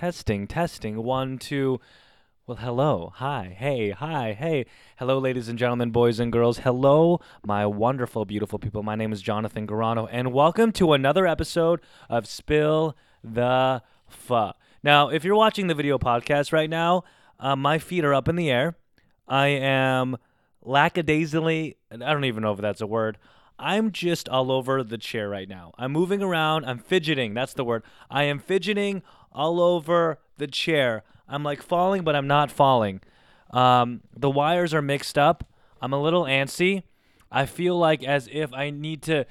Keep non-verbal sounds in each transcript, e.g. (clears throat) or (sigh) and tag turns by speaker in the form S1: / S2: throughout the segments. S1: Testing, testing. One, two. Well, hello. Hi. Hey. Hi. Hey. Hello, ladies and gentlemen, boys and girls. Hello, my wonderful, beautiful people. My name is Jonathan Garano, and welcome to another episode of Spill the Fa. Now, if you're watching the video podcast right now, uh, my feet are up in the air. I am lackadaisically, I don't even know if that's a word. I'm just all over the chair right now. I'm moving around. I'm fidgeting. That's the word. I am fidgeting all over the chair. I'm like falling, but I'm not falling. Um, the wires are mixed up. I'm a little antsy. I feel like as if I need to.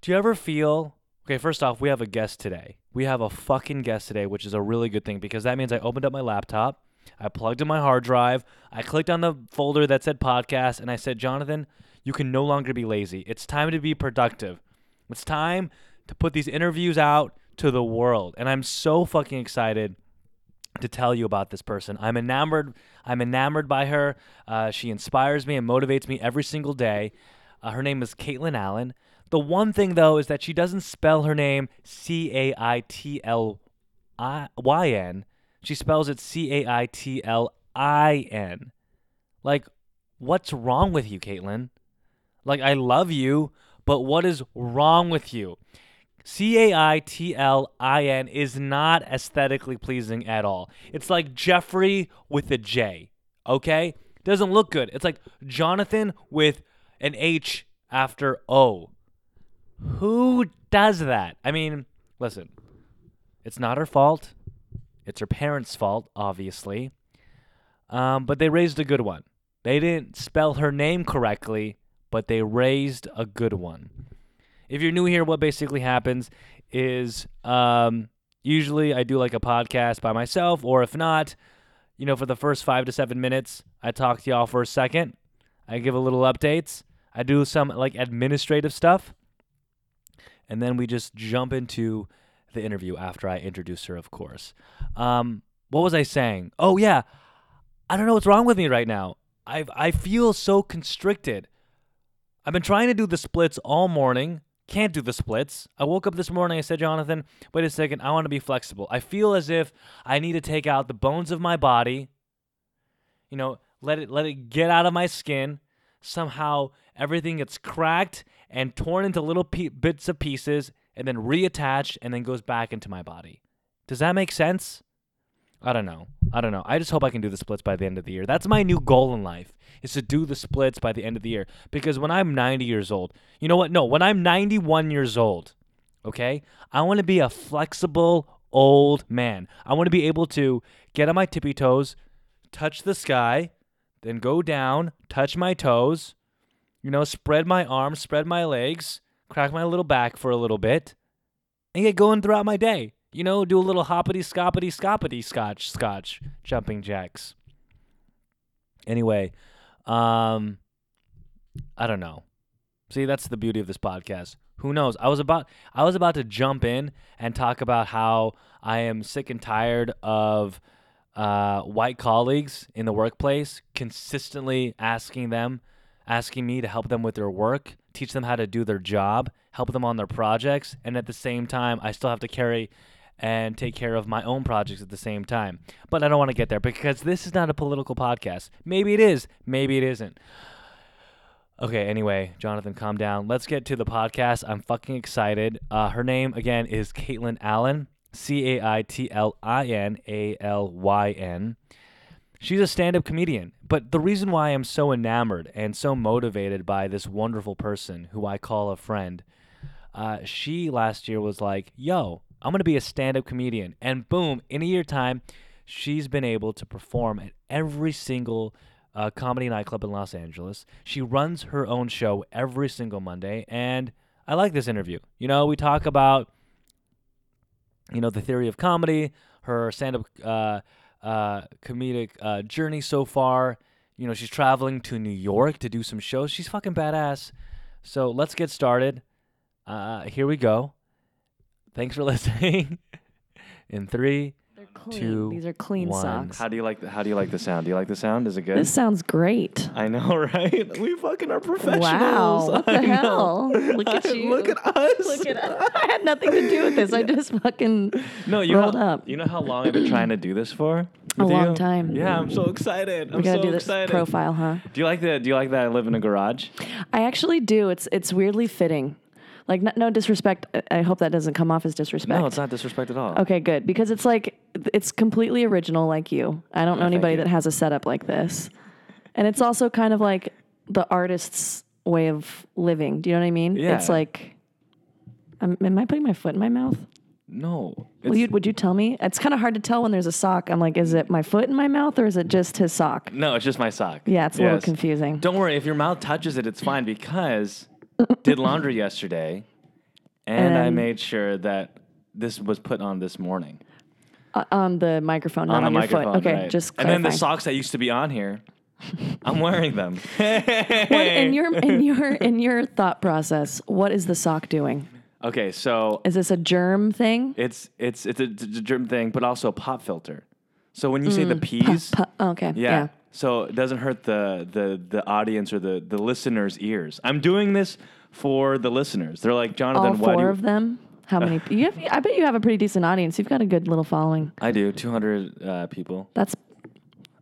S1: Do you ever feel. Okay, first off, we have a guest today. We have a fucking guest today, which is a really good thing because that means I opened up my laptop. I plugged in my hard drive. I clicked on the folder that said podcast and I said, Jonathan, you can no longer be lazy. It's time to be productive. It's time to put these interviews out to the world. And I'm so fucking excited to tell you about this person. I'm enamored. I'm enamored by her. Uh, she inspires me and motivates me every single day. Uh, her name is Caitlin Allen. The one thing though is that she doesn't spell her name C A I T L I Y N. She spells it C A I T L I N. Like, what's wrong with you, Caitlin? Like, I love you, but what is wrong with you? C A I T L I N is not aesthetically pleasing at all. It's like Jeffrey with a J, okay? Doesn't look good. It's like Jonathan with an H after O. Who does that? I mean, listen, it's not her fault. It's her parents' fault, obviously. Um, but they raised a good one. They didn't spell her name correctly, but they raised a good one if you're new here, what basically happens is um, usually I do like a podcast by myself, or if not, you know, for the first five to seven minutes, I talk to y'all for a second. I give a little updates. I do some like administrative stuff. And then we just jump into the interview after I introduce her, of course. Um, what was I saying? Oh, yeah. I don't know what's wrong with me right now. I I feel so constricted. I've been trying to do the splits all morning. Can't do the splits. I woke up this morning. I said, Jonathan, wait a second. I want to be flexible. I feel as if I need to take out the bones of my body. You know, let it let it get out of my skin. Somehow everything gets cracked and torn into little pe- bits of pieces, and then reattached, and then goes back into my body. Does that make sense? I don't know. I don't know. I just hope I can do the splits by the end of the year. That's my new goal in life is to do the splits by the end of the year because when I'm 90 years old, you know what? No, when I'm 91 years old, okay? I want to be a flexible old man. I want to be able to get on my tippy toes, touch the sky, then go down, touch my toes, you know, spread my arms, spread my legs, crack my little back for a little bit and get going throughout my day. You know, do a little hoppity scoppity scoppity scotch scotch jumping jacks. Anyway, um I don't know. See, that's the beauty of this podcast. Who knows? I was about I was about to jump in and talk about how I am sick and tired of uh, white colleagues in the workplace consistently asking them asking me to help them with their work, teach them how to do their job, help them on their projects, and at the same time, I still have to carry and take care of my own projects at the same time. But I don't want to get there because this is not a political podcast. Maybe it is, maybe it isn't. Okay, anyway, Jonathan, calm down. Let's get to the podcast. I'm fucking excited. Uh, her name, again, is Caitlin Allen, C A I T L I N A L Y N. She's a stand up comedian. But the reason why I'm so enamored and so motivated by this wonderful person who I call a friend, uh, she last year was like, yo, I'm going to be a stand up comedian. And boom, in a year time, she's been able to perform at every single uh, comedy nightclub in Los Angeles. She runs her own show every single Monday. And I like this interview. You know, we talk about you know, the theory of comedy, her stand up uh, uh, comedic uh, journey so far. You know, she's traveling to New York to do some shows. She's fucking badass. So let's get started. (laughs) Uh, here we go. Thanks for listening. In three,
S2: They're
S3: clean.
S1: two,
S3: These are clean
S1: one.
S3: socks.
S1: How do you like? The, how do you like the sound? Do you like the sound? Is it good?
S3: This sounds great.
S1: (laughs) I know, (laughs) right? We fucking are professionals.
S3: Wow. What the
S1: (laughs) I
S3: hell?
S1: know.
S3: Look at
S1: (laughs)
S3: you.
S1: Look at us.
S3: Look at us. I had nothing to do with this. I just fucking.
S1: No, you
S3: Rolled
S1: know,
S3: up.
S1: You know how long I've been trying to do this for?
S3: A
S1: With
S3: long
S1: you?
S3: time.
S1: Yeah, I'm so excited. I'm
S3: We gotta
S1: so
S3: do this
S1: excited.
S3: profile, huh?
S1: Do you like that? Do you like that? I live in a garage.
S3: I actually do. It's it's weirdly fitting. Like no, no disrespect. I- I hope that doesn't come off as disrespect.
S1: No, it's not disrespect at all.
S3: Okay, good. Because it's like it's completely original like you. I don't know
S1: thank
S3: anybody
S1: you.
S3: that has a setup like this. And it's also kind of like the artist's way of living. Do you know what I mean?
S1: Yeah.
S3: It's like am am I putting my foot in my mouth?
S1: No.
S3: Will
S1: It's-
S3: you, would you tell me? It's kind of hard to tell when there's a sock. I'm like, is it my foot in my mouth or is it just his sock?
S1: no, it's just my sock.
S3: Yeah, it's a little
S1: Yes.
S3: confusing.
S1: Don't worry. If your mouth touches it, it's fine because did laundry yesterday, and I
S3: And-
S1: made sure that this was put on this morning
S3: Uh, on the microphone, not
S1: on
S3: on,
S1: the
S3: your
S1: microphone.
S3: foot. Okay,
S1: right.
S3: just
S1: and then
S3: clarifying.
S1: the socks that used to be on here, I'm wearing them.
S3: (laughs) What- in
S1: (laughs)
S3: your in your in your thought process, what is the sock doing?
S1: okay, so
S3: Is this a germ thing?
S1: It's it's it's a, it's a germ thing, but also a pop filter. So when you say the
S3: Mm,
S1: peas,
S3: Pu- okay.
S1: yeah. So it doesn't hurt the the the audience or the the listeners' ears. I'm doing this for the listeners. They're like Jonathan.
S3: All
S1: why do
S3: four
S1: you-"
S3: of them. How many? You have, I bet you have a pretty decent audience. You've got a good little following.
S1: I do 200 uh, people.
S3: That's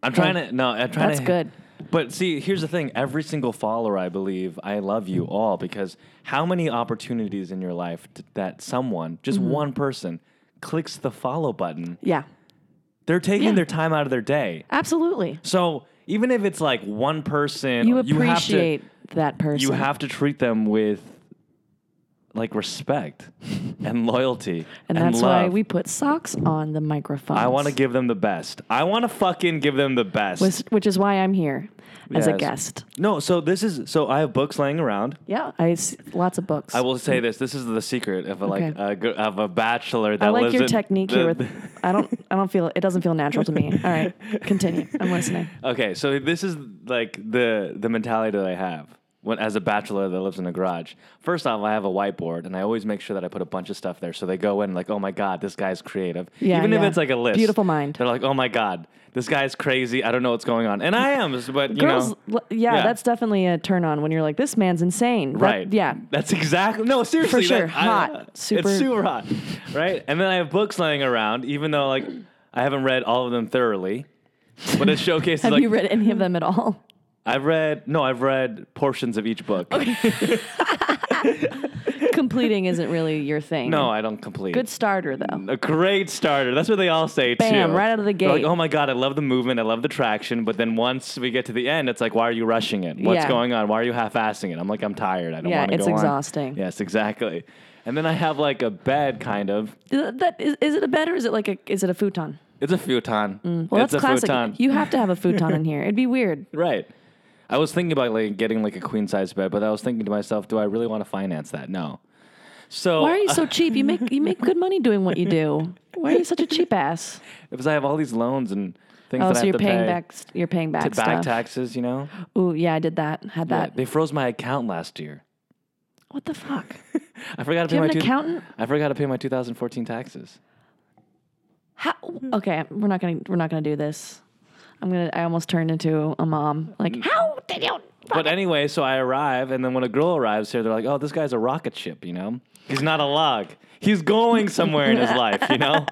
S1: I'm trying to no. I'm trying
S3: that's
S1: to,
S3: good.
S1: But see, here's the thing: every single follower, I believe, I love
S3: Mm.
S1: you all because how many opportunities in your life t- that someone, just
S3: Mm-hmm.
S1: one person, clicks the follow button?
S3: yeah,
S1: They're taking
S3: Yeah.
S1: their time out of their day.
S3: absolutely.
S1: So even if it's like one person,
S3: You
S1: have to
S3: appreciate that person.
S1: you have to treat them with like
S3: (laughs)
S1: respect and loyalty
S3: and that's why
S1: love.
S3: we put socks on the microphone.
S1: I want to give them the best. I want to fucking give them the best.
S3: which is why I'm here as a
S1: Yes.
S3: guest.
S1: no, so this is so I have books laying around.
S3: Yeah, I s- lots of books.
S1: I will say this: this is the secret of a, like
S3: Mm. Okay.
S1: a, gr- of a bachelor that
S3: I like
S1: lives
S3: your
S1: in
S3: technique
S1: the- (laughs)
S3: here with I don't I don't feel it doesn't feel natural to me. All right. Continue. I'm listening.
S1: Okay, so this is like the the mentality that I have when as a bachelor that lives in a garage. First off, I have a whiteboard, and I always make sure that I put a bunch of stuff there, so they go in like, "Oh my god, this guy's creative."
S3: Yeah,
S1: Even if
S3: yeah.
S1: it's like a list,
S3: Beautiful mind.
S1: They're like, "Oh my god, this guy's crazy. I don't know what's going on," and I am, but you
S3: Girls
S1: know.
S3: l- yeah,
S1: yeah.
S3: that's definitely a turn on when you're like, this man's insane. That-
S1: Right.
S3: yeah.
S1: That's exactly no. Seriously,
S3: sure,
S1: that-
S3: hot, super-
S1: It's super hot, right? And then I have books laying around, even though like I haven't read all of them thoroughly, but
S3: (laughs)
S1: it showcases
S3: Have
S1: like
S3: you read
S1: (laughs)
S3: any of them at all? (laughs)
S1: I've read no, I've read portions of each book.
S3: Completing isn't really your thing.
S1: No, I don't complete.
S3: Good starter though.
S1: a great starter. That's what they all say
S3: Bam,
S1: too.
S3: right out of the
S1: They're like,
S3: gate.
S1: oh my god, I love the movement, I love the traction, but then once we get to the end, it's like, why are you rushing it? What's
S3: Yeah.
S1: going on? Why are you half-assing it? I'm like, I'm tired. I don't
S3: Yeah,
S1: want to
S3: it's
S1: go on."
S3: exhausting.
S1: Yes, exactly. And then I have like a bed, kind of.
S3: Th- That is, is it a bed or is it like a is it a futon?
S1: It's a futon.
S3: Mm. Well,
S1: it's
S3: that's
S1: a
S3: classic.
S1: futon.
S3: You have to have a futon in here. It'd
S1: (laughs)
S3: be weird.
S1: right. I was thinking about like getting like a queen size bed, but I was thinking to myself, do I really want to finance that? No. So
S3: Why are you so cheap? You make you make good money doing what you do. Why are you such a cheap ass?
S1: because I have all these loans and things
S3: Oh,
S1: that I
S3: so
S1: have
S3: you're
S1: to
S3: paying
S1: pay
S3: back. You're paying back
S1: to
S3: stuff. Uh,
S1: back taxes, you know?
S3: Ooh, yeah, I did that. Had
S1: Yeah,
S3: that.
S1: they froze my account last year.
S3: What the fuck?
S1: I forgot to
S3: Do you
S1: pay my
S3: have an
S1: two-
S3: accountant?
S1: I forgot to pay my 2014 taxes.
S3: How? Okay, we're not gonna we're not gonna do this. I'm gonna. I almost turned into a mom. Like
S1: Mm.
S3: how did you?
S1: But anyway, so I arrive, and then when a girl arrives here, they're like, "Oh, this guy's a rocket ship, you know? He's not a log. He's going somewhere
S3: (laughs)
S1: in his life, you know?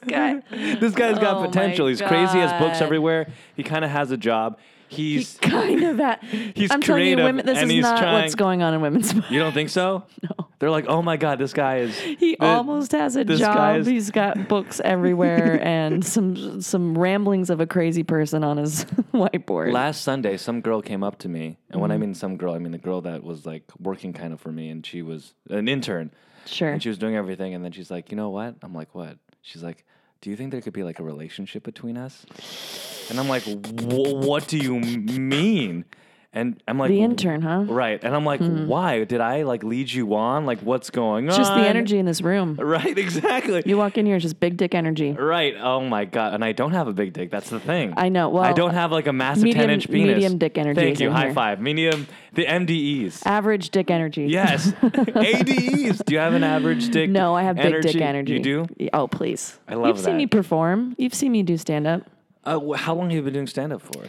S1: (laughs)
S3: guy.
S1: This guy's
S3: Oh
S1: got
S3: my
S1: potential. He's crazy. He has books
S3: God.
S1: everywhere. He kind of has a job.
S3: (laughs)
S1: He's
S3: Kind of that.
S1: He's
S3: I'm telling you,
S1: creative,
S3: women. This
S1: and
S3: is
S1: he's
S3: not
S1: trying-
S3: what's going on in (laughs) women's.
S1: you don't think so? No. They're like, "Oh my God, this guy is
S3: He
S1: the-
S3: almost has a
S1: this
S3: job.
S1: guy's-
S3: He's
S1: (laughs)
S3: got books everywhere and some some ramblings of a crazy person on his (laughs) whiteboard.
S1: Last Sunday, some girl came up to me, and
S3: Mm-hmm.
S1: when I mean some girl, I mean the girl that was like working kind of for me, and she was an intern,
S3: sure.
S1: and she was doing everything, and then she's like, "You know what?" I'm like, "What?" She's like, "Do you think there could be like a relationship between us?" And I'm like, "Wh- "What do you m- mean?"
S4: And I'm like,
S3: The intern, huh?
S4: Right. And I'm like, why? Did I like lead you on? Like, what's going on?
S3: Just the
S1: (laughs)
S3: energy in this room.
S4: Right, exactly.
S3: You walk in here, it's just big dick energy.
S4: right. Oh my God. And I don't have a big dick. That's the thing.
S3: I know.
S4: I
S3: Well,
S4: don't have like a massive 10
S3: medium-
S4: inch penis.
S3: medium dick energy
S4: Thank
S3: is
S4: you.
S3: in
S4: High
S3: here.
S4: five. Medium, the
S3: (laughs)
S4: MDEs.
S3: Average dick energy.
S4: Yes. ADEs. Do you have an average dick?
S3: No, I have big dick energy.
S4: You do?
S3: Y- Oh, please.
S4: I love
S3: You've
S4: that.
S3: seen me perform. You've seen me do stand up.
S4: Uh, wh- how long have you been doing stand up for?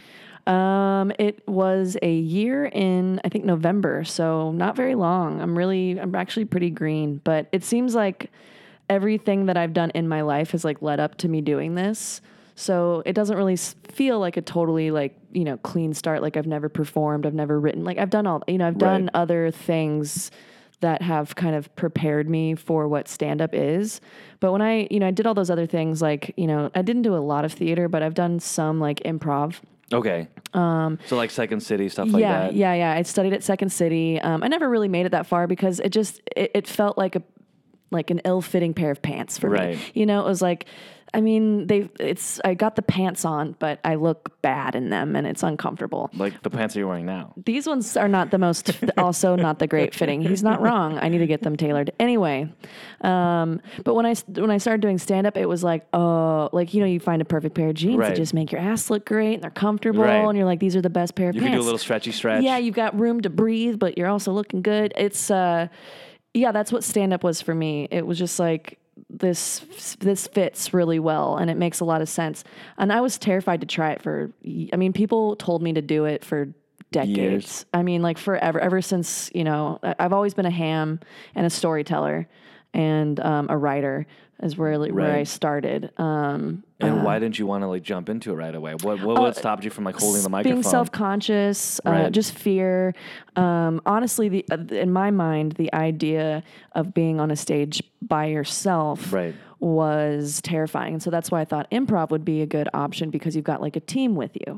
S3: Um, it was a year in I think November, so not very long. I'm really, I'm actually pretty green, but it seems like everything that I've done in my life has like led up to me doing this. So it doesn't really s- feel like a totally like you know clean start. Like I've never performed, I've never written, like I've done all you know I've done
S4: Right.
S3: other things that have kind of prepared me for what stand up is. But when I you know I did all those other things like you know I didn't do a lot of theater, but I've done some like improv.
S4: Okay. Um, so like Second City, stuff like
S3: yeah,
S4: that.
S3: Yeah, yeah, I studied at Second City. Um, I never really made it that far because it just it, it felt like a like an ill-fitting pair of pants for
S4: Right.
S3: me. You know, it was like I mean, they it's I got the pants on, but I look bad in them and it's uncomfortable.
S4: Like the pants that you're wearing now.
S3: These ones are not the most, (laughs) also not the great fitting. He's not wrong. I need to get them tailored anyway. Um, but when I when I started doing stand up, it was like, oh, like you know, you find a perfect pair of jeans
S4: Right.
S3: that just make your ass look great and they're comfortable,
S4: Right.
S3: and you're like, these are the best pair of
S4: You
S3: pants.
S4: can do a little stretchy stretch.
S3: Yeah, you've got room to breathe, but you're also looking good. It's uh yeah, that's what stand up was for me. It was just like this this fits really well and it makes a lot of sense. And I was terrified to try it for y- I mean, people told me to do it for decades.
S4: Years.
S3: I mean, like forever ever since, you know, I- I've always been a ham and a storyteller and um, a writer is where where I
S4: Right.
S3: started. Um
S4: And why didn't you want to like jump into it right away? What what, what stopped you from like holding the microphone?
S3: Oh, being self-conscious uh,
S4: Right.
S3: just fear um, honestly the uh, in my mind the idea of being on a stage by yourself
S4: Right.
S3: was terrifying and so that's why i thought improv would be a good option because you've got like a team with you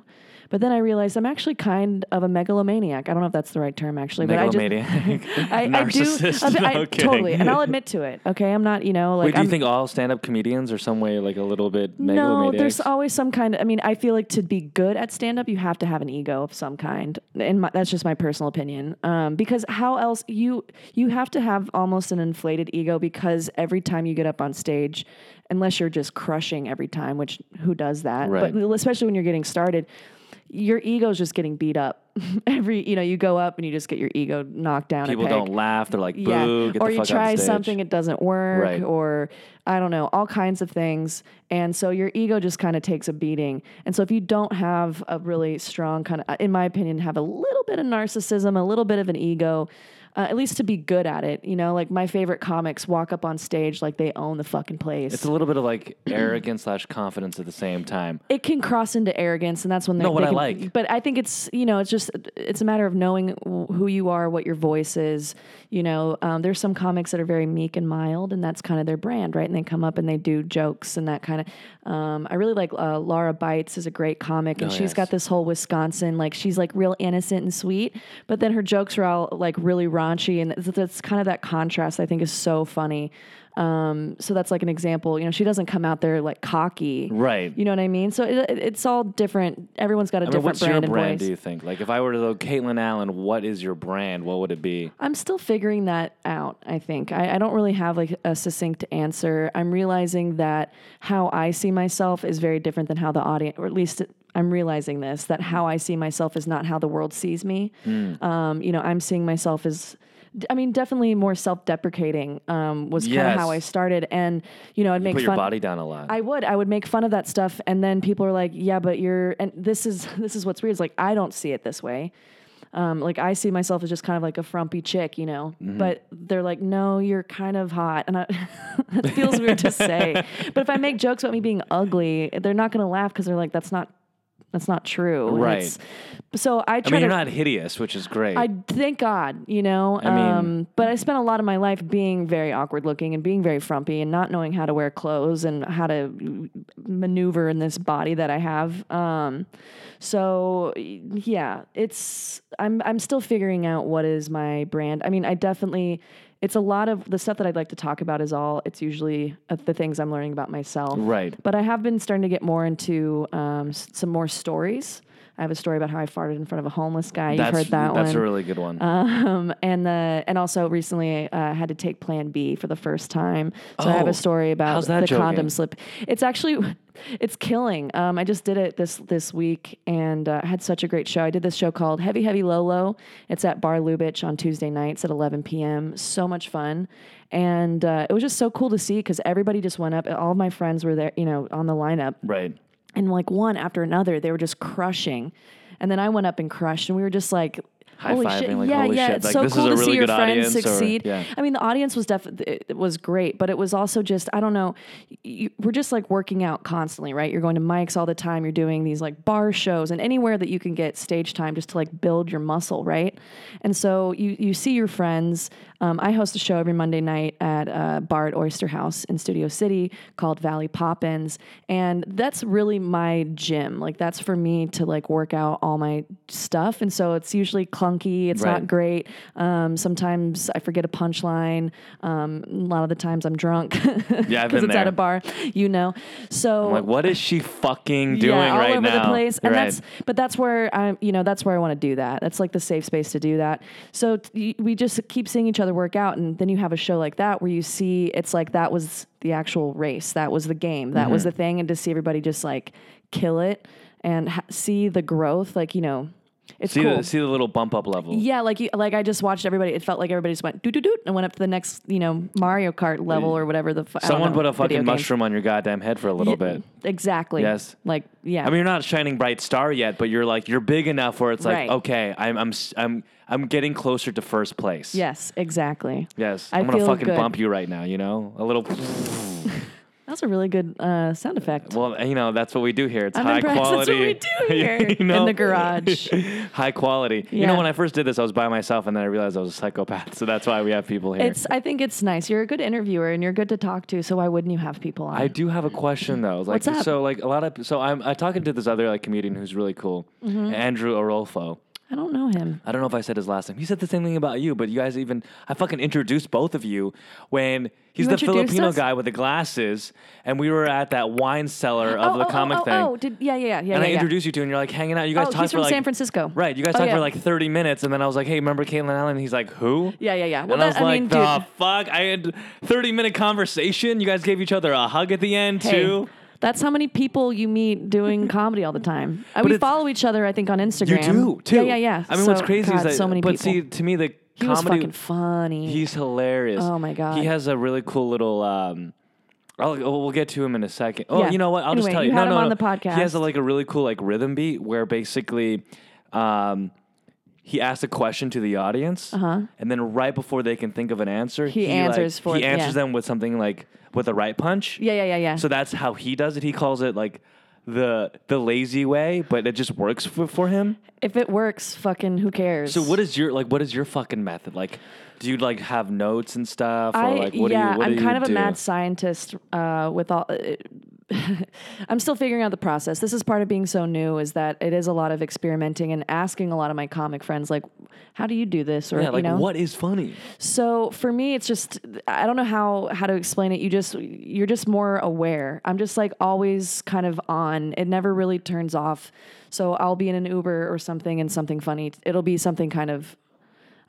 S3: but then i realized i'm actually kind of a megalomaniac i don't know if that's the right term actually
S4: Megalomania.
S3: (laughs) but i just I, I
S4: (laughs)
S3: do
S4: Narcissist.
S3: a bit- I-
S4: No kidding.
S3: totally and i'll admit to it okay i'm not you know like
S4: Wait, do you
S3: I'm-
S4: think all stand up comedians are some way like a little bit
S3: no,
S4: megalomaniacs?
S3: there's always some kind of. I mean, I feel like to be good at stand up, you have to have an ego of some kind, and my, that's just my personal opinion. Um, because how else you you have to have almost an inflated ego because every time you get up on stage, unless you're just crushing every time, which who does that?
S4: Right.
S3: But especially when you're getting started, your ego's just getting beat up. (laughs) every you know, you go up and you just get your ego knocked down. a
S4: People
S3: peg
S4: don't laugh. They're like, boo, get
S3: or
S4: the
S3: you
S4: fuck
S3: try
S4: off stage.
S3: something it doesn't work
S4: Right.
S3: or i don't know all kinds of things and so your ego just kind of takes a beating and so if you don't have a really strong kind of in my opinion have a little bit of narcissism a little bit of an ego uh, at least to be good at it you know like my favorite comics walk up on stage like they own the fucking place
S4: It's a little bit of
S3: (clears throat)
S4: like arrogance slash confidence at the same time.
S3: it can cross into arrogance, and that's when they're.
S4: No, what
S3: they
S4: I
S3: can-
S4: like.
S3: But I think it's you know it's just it's a matter of knowing wh- who you are, what your voice is. You know, um, there's some comics that are very meek and mild, and that's kind of their brand, right? And they come up and they do jokes and that kind of. Um, I really like uh, Laura Bites is a great comic, and
S4: Oh,
S3: she's
S4: yes.
S3: got this whole Wisconsin like she's like real innocent and sweet, but then her jokes are all like really raunchy, and that's, that's kind of that contrast I think is so funny. Um, so that's like an example. You know, she doesn't come out there like cocky,
S4: Right.
S3: you know what I mean? So it, it- it's all different. Everyone's got a
S4: I mean,
S3: different
S4: what's
S3: brand
S4: your
S3: and
S4: brand,
S3: voice.
S4: do you think? Like, if I were to go, Caitlin Allen, what is your brand? What would it be?
S3: I'm still figuring that out, I think. I, I don't really have like a succinct answer. I'm realizing that how I see myself is very different than how the audience, or at least I'm realizing this, that how I see myself is not how the world sees me.
S4: Mm.
S3: Um, you know, I'm seeing myself as, I mean, definitely more self deprecating um, was kind
S4: Yes.
S3: of how I started. And, you know, I'd make
S4: Put your
S3: fun.
S4: body down a lot.
S3: I would. I would make fun of that stuff, and then people are like, "Yeah, but you're." And this is this is what's weird. Is like I don't see it this way. Um, like I see myself as just kind of like a frumpy chick, you know.
S4: Mm-hmm.
S3: But they're like, "No, you're kind of hot," and I, (laughs) it feels weird to say. But if I make jokes about me being ugly, they're not going to laugh because they're like, "That's not." That's not true. And
S4: Right.
S3: it's- So I
S4: I
S3: try
S4: mean, you're
S3: to
S4: not hideous, which is great.
S3: I thank God, you know.
S4: mean-
S3: um, but I spent a lot of my life being very awkward looking and being very frumpy and not knowing how to wear clothes and how to maneuver in this body that I have. Um, so yeah, it's I'm I'm still figuring out what is my brand. I mean, I definitely it's a lot of the stuff that I'd like to talk about is all it's usually uh, the things I'm learning about myself.
S4: Right.
S3: But I have been starting to get more into um, s- some more stories. I have a story about how I farted in front of a homeless guy. You've
S1: that's,
S3: heard that
S1: That's
S3: one.
S1: a really good one.
S3: Um, and the and also recently uh, had to take Plan B for the first time. So I have
S1: Oh,
S3: a story about
S1: how's that
S3: the
S1: joking?
S3: condom slip. It's actually (laughs) it's killing. Um, I just did it this this week and uh, had such a great show. I did this show called Heavy Heavy Low Low. It's at Bar Lubitsch on Tuesday nights at 11 p.m. So much fun. And uh, it was just so cool to see because everybody just went up. All of my friends were there, you know, on the lineup (laughs)
S1: right.
S3: and like one after another, they were just crushing. And then I went up and crushed, and we were just like, holy
S1: High-fiving,
S3: shit,
S1: like,
S3: yeah,
S1: holy
S3: yeah,
S1: shit,
S3: it's
S1: like,
S3: so
S1: this is
S3: cool
S1: a
S3: to
S1: really
S3: see your
S1: good
S3: friends
S1: audience, or-
S3: succeed.
S1: yeah.
S3: I mean, the audience was definitely it was great, but it was also just I don't know. You, we're just like working out constantly, right? You're going to mics all the time. You're doing these like bar shows and anywhere that you can get stage time just to like build your muscle, right? And so you you see your friends. Um, I host a show every Monday night at a bar at Oyster House in Studio City called Valley Poppins, and that's really my gym. Like that's for me to like work out all my stuff, and so it's usually clunky. It's
S1: Right.
S3: not great. Um, sometimes I forget a punchline. Um, a lot of the times I'm drunk (laughs) because
S1: Yeah, I've
S3: it's
S1: been
S3: at
S1: there.
S3: a bar, you know. So
S1: I'm like, what is she fucking doing
S3: yeah, all
S1: right
S3: over
S1: now?
S3: the place, and
S1: Right.
S3: that's but that's where I'm, you know, that's where I want to do that. That's like the safe space to do that. So t- y- we just keep seeing each other work out, and then you have a show like that where you see it's like that was the actual race, that was the game, that
S1: Mm-hmm.
S3: was the thing, and to see everybody just like kill it and ha- see the growth, like you know, it's
S1: see
S3: cool.
S1: the see the little bump up level.
S3: Yeah, like you, like I just watched everybody. It felt like everybody just went doo doo doo and went up to the next, you know, Mario Kart level or whatever the. F- I don't
S1: Someone
S3: know,
S1: put a
S3: video
S1: fucking
S3: game.
S1: mushroom on your goddamn head for a little
S3: Yeah,
S1: bit.
S3: Exactly.
S1: Yes.
S3: Like yeah.
S1: I mean, you're not a shining bright star yet, but you're like you're big enough where it's like,
S3: Right.
S1: okay, I'm I'm s- I'm I'm getting closer to first place.
S3: yes, exactly.
S1: Yes.
S3: I
S1: am gonna
S3: feel
S1: fucking
S3: good.
S1: bump you right now. You know, a little.
S3: That's a really good uh, sound effect.
S1: Well, you know, that's what we do here. It's
S3: I'm
S1: high
S3: impressed. That's what
S1: quality. (laughs)
S3: we do here
S1: You know?
S3: in the garage.
S1: (laughs) high quality. You know,
S3: Yeah.
S1: when I first did this, I was by myself, and then I realized I was a psychopath. So that's why we have people here.
S3: It's. I think it's nice. You're a good interviewer and you're good to talk to. So why wouldn't you have people on?
S1: I do have a question though. Like
S3: What's up?
S1: so like a lot of so I'm I talking to this other like comedian who's really cool,
S3: Mm-hmm.
S1: Andrew Arolfo.
S3: I don't know him.
S1: I don't know if I said his last name. He said the same thing about you, but you guys even I fucking introduced both of you when he's
S3: You
S1: the
S3: introduced
S1: Filipino
S3: us?
S1: guy with the glasses and we were at that wine cellar of
S3: oh,
S1: the
S3: oh,
S1: comic
S3: oh,
S1: thing.
S3: Oh, did, yeah, yeah, yeah, yeah.
S1: and I
S3: yeah.
S1: introduced you to, and you're like hanging out. You guys
S3: Oh,
S1: talked
S3: he's
S1: for
S3: from
S1: like
S3: San Francisco.
S1: right? You guys
S3: Oh,
S1: talked for
S3: yeah.
S1: like 30 minutes, and then I was like, "Hey, remember Caitlin Allen?" And he's like, "Who?"
S3: Yeah, yeah, yeah. Well,
S1: and I was
S3: that- I
S1: like,
S3: mean,
S1: "The
S3: dude-
S1: fuck!" I had 30 minute conversation. You guys gave each other a hug at the end
S3: Hey,
S1: too.
S3: That's how many people you meet doing
S1: (laughs)
S3: comedy all the time. Uh,
S1: But
S3: we
S1: it's-
S3: follow each other, I think, on Instagram.
S1: You do too.
S3: Yeah, yeah, yeah.
S1: I mean,
S3: So-
S1: what's crazy is
S3: God,
S1: that
S3: so many
S1: But
S3: people.
S1: see, to me, the
S3: he was
S1: comedy
S3: fucking funny.
S1: He's hilarious.
S3: Oh, my God.
S1: He has a really cool little. Um, I'll, oh, we'll get to him in a second. Oh,
S3: Yeah.
S1: you know what? I'll just
S3: Anyway,
S1: tell you.
S3: you had
S1: no,
S3: him
S1: no,
S3: on
S1: no.
S3: the podcast.
S1: He has a, like a really cool like rhythm beat where basically, um, he asks a question to the audience, uh-huh. and then right before they can think of an answer,
S3: He
S1: like,
S3: answers for
S1: he
S3: it,
S1: answers
S3: yeah.
S1: them with something like with a right punch.
S3: yeah, yeah, yeah, yeah.
S1: So that's how he does it. He calls it like the the lazy way, but it just works for, for him.
S3: if it works, fucking who cares?
S1: So what is your like? What is your fucking method? Like, do you like have notes and stuff, or
S3: I
S1: like what
S3: yeah,
S1: do you? What
S3: I'm
S1: do
S3: kind
S1: you
S3: of
S1: do?
S3: a mad scientist uh, with all. uh, (laughs) I'm still figuring out the process. This is part of being so new is that it is a lot of experimenting and asking a lot of my comic friends like, "How do you do this?" Or
S1: Yeah, like
S3: you know,
S1: what is funny?
S3: So for me, it's just I don't know how how to explain it. You just you're just more aware. I'm just like always kind of on. It never really turns off. So I'll be in an Uber or something, and something funny. It'll be something kind of.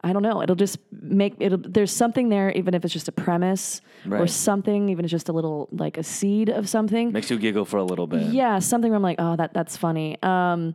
S3: I don't know. It'll just make it'll. There's something there, even if it's just a premise or
S1: Right.
S3: something, even if it's just a little like a seed of something
S1: Makes you giggle for a little bit.
S3: yeah something where i'm like oh that that's funny um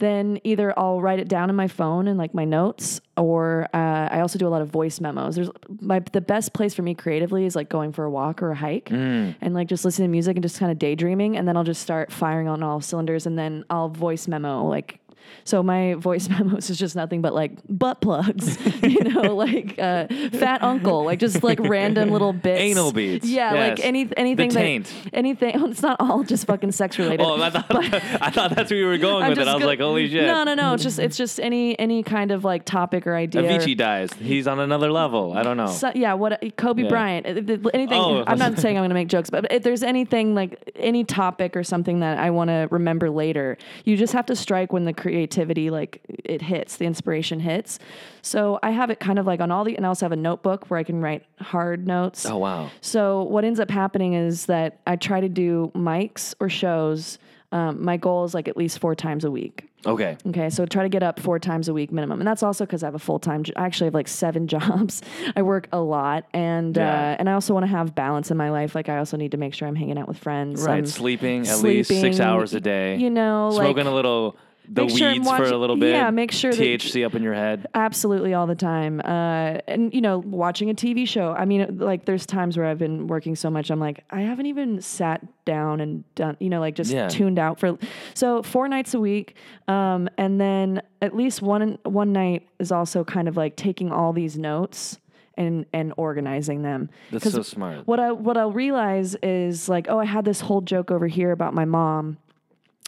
S3: then either i'll write it down in my phone and like my notes or uh, i also do a lot of voice memos there's my the best place for me creatively is like going for a walk or a hike
S1: Mm.
S3: and like just listening to music and just kind of daydreaming and then i'll just start firing on all cylinders and then i'll voice memo like so my (laughs) voice memos is just nothing but like butt plugs, (laughs) you know, like uh, fat uncle, like just like random little
S1: (laughs)
S3: bits,
S1: Anal beads.
S3: Yeah,
S1: Yes.
S3: like any anything
S1: The taint.
S3: that anything. (laughs) It's not all just fucking sex related.
S1: Oh, (laughs) I
S3: (laughs)
S1: thought, I thought that's where you were going with it.
S3: just
S1: I was
S3: go-
S1: like, holy shit.
S3: No, no, no. It's just it's just any any kind of like topic or idea. or-
S1: Avicii dies. He's on another level. I don't know.
S3: so- yeah, what Kobe
S1: Yeah.
S3: Bryant? uh, th- Anything?
S1: Oh. (laughs)
S3: I'm not saying I'm going to make jokes, but if there's anything like any topic or something that I want to remember later, you just have to strike when the creativity like it hits, the inspiration hits. So I have it kind of like on all the, and I also have a notebook where I can write hard notes.
S1: oh wow.
S3: So what ends up happening is that I try to do mics or shows Um, my goal is like at least four times a week.
S1: Okay.
S3: Okay, so try to get up four times a week minimum, and that's also because I have a full time. I actually have like seven (laughs) jobs. I work a lot, and
S1: Yeah.
S3: uh, and I also want to have balance in my life. Like I also need to make sure I'm hanging out with friends.
S1: Right.
S3: I'm
S1: sleeping at least six
S3: sleeping,
S1: hours a day.
S3: You know,
S1: smoking
S3: like
S1: a little the
S3: make
S1: weeds
S3: sure I'm
S1: for a
S3: watching-
S1: little bit.
S3: yeah, make sure that-
S1: THC up in your head.
S3: absolutely all the time. Uh, and you know, watching a TV show. I mean, like there's times where I've been working so much, I'm like, I haven't even sat down and done, you know, like just
S1: Yeah.
S3: tuned out for. So four nights a week, um, and then at least one one night is also kind of like taking all these notes. And, and organizing them
S1: That's
S3: 'Cause
S1: so smart.
S3: what I what I'll realize is like, oh, I had this whole joke over here about my mom.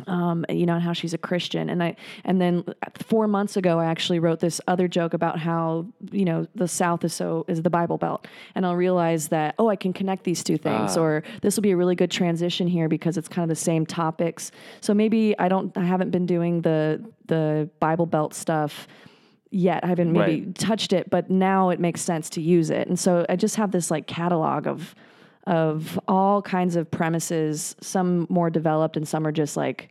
S3: Um, you know, and how she's a Christian, and I, and then four months ago, I actually wrote this other joke about how you know the South is so is the Bible Belt, and I'll realize that oh, I can connect these two
S1: Ah.
S3: things, or this will be a really good transition here because it's kind of the same topics. So maybe I don't, I haven't been doing the the Bible Belt stuff yet. I haven't maybe
S1: Right.
S3: touched it, but now it makes sense to use it. And so I just have this like catalog of of all kinds of premises, some more developed and some are just like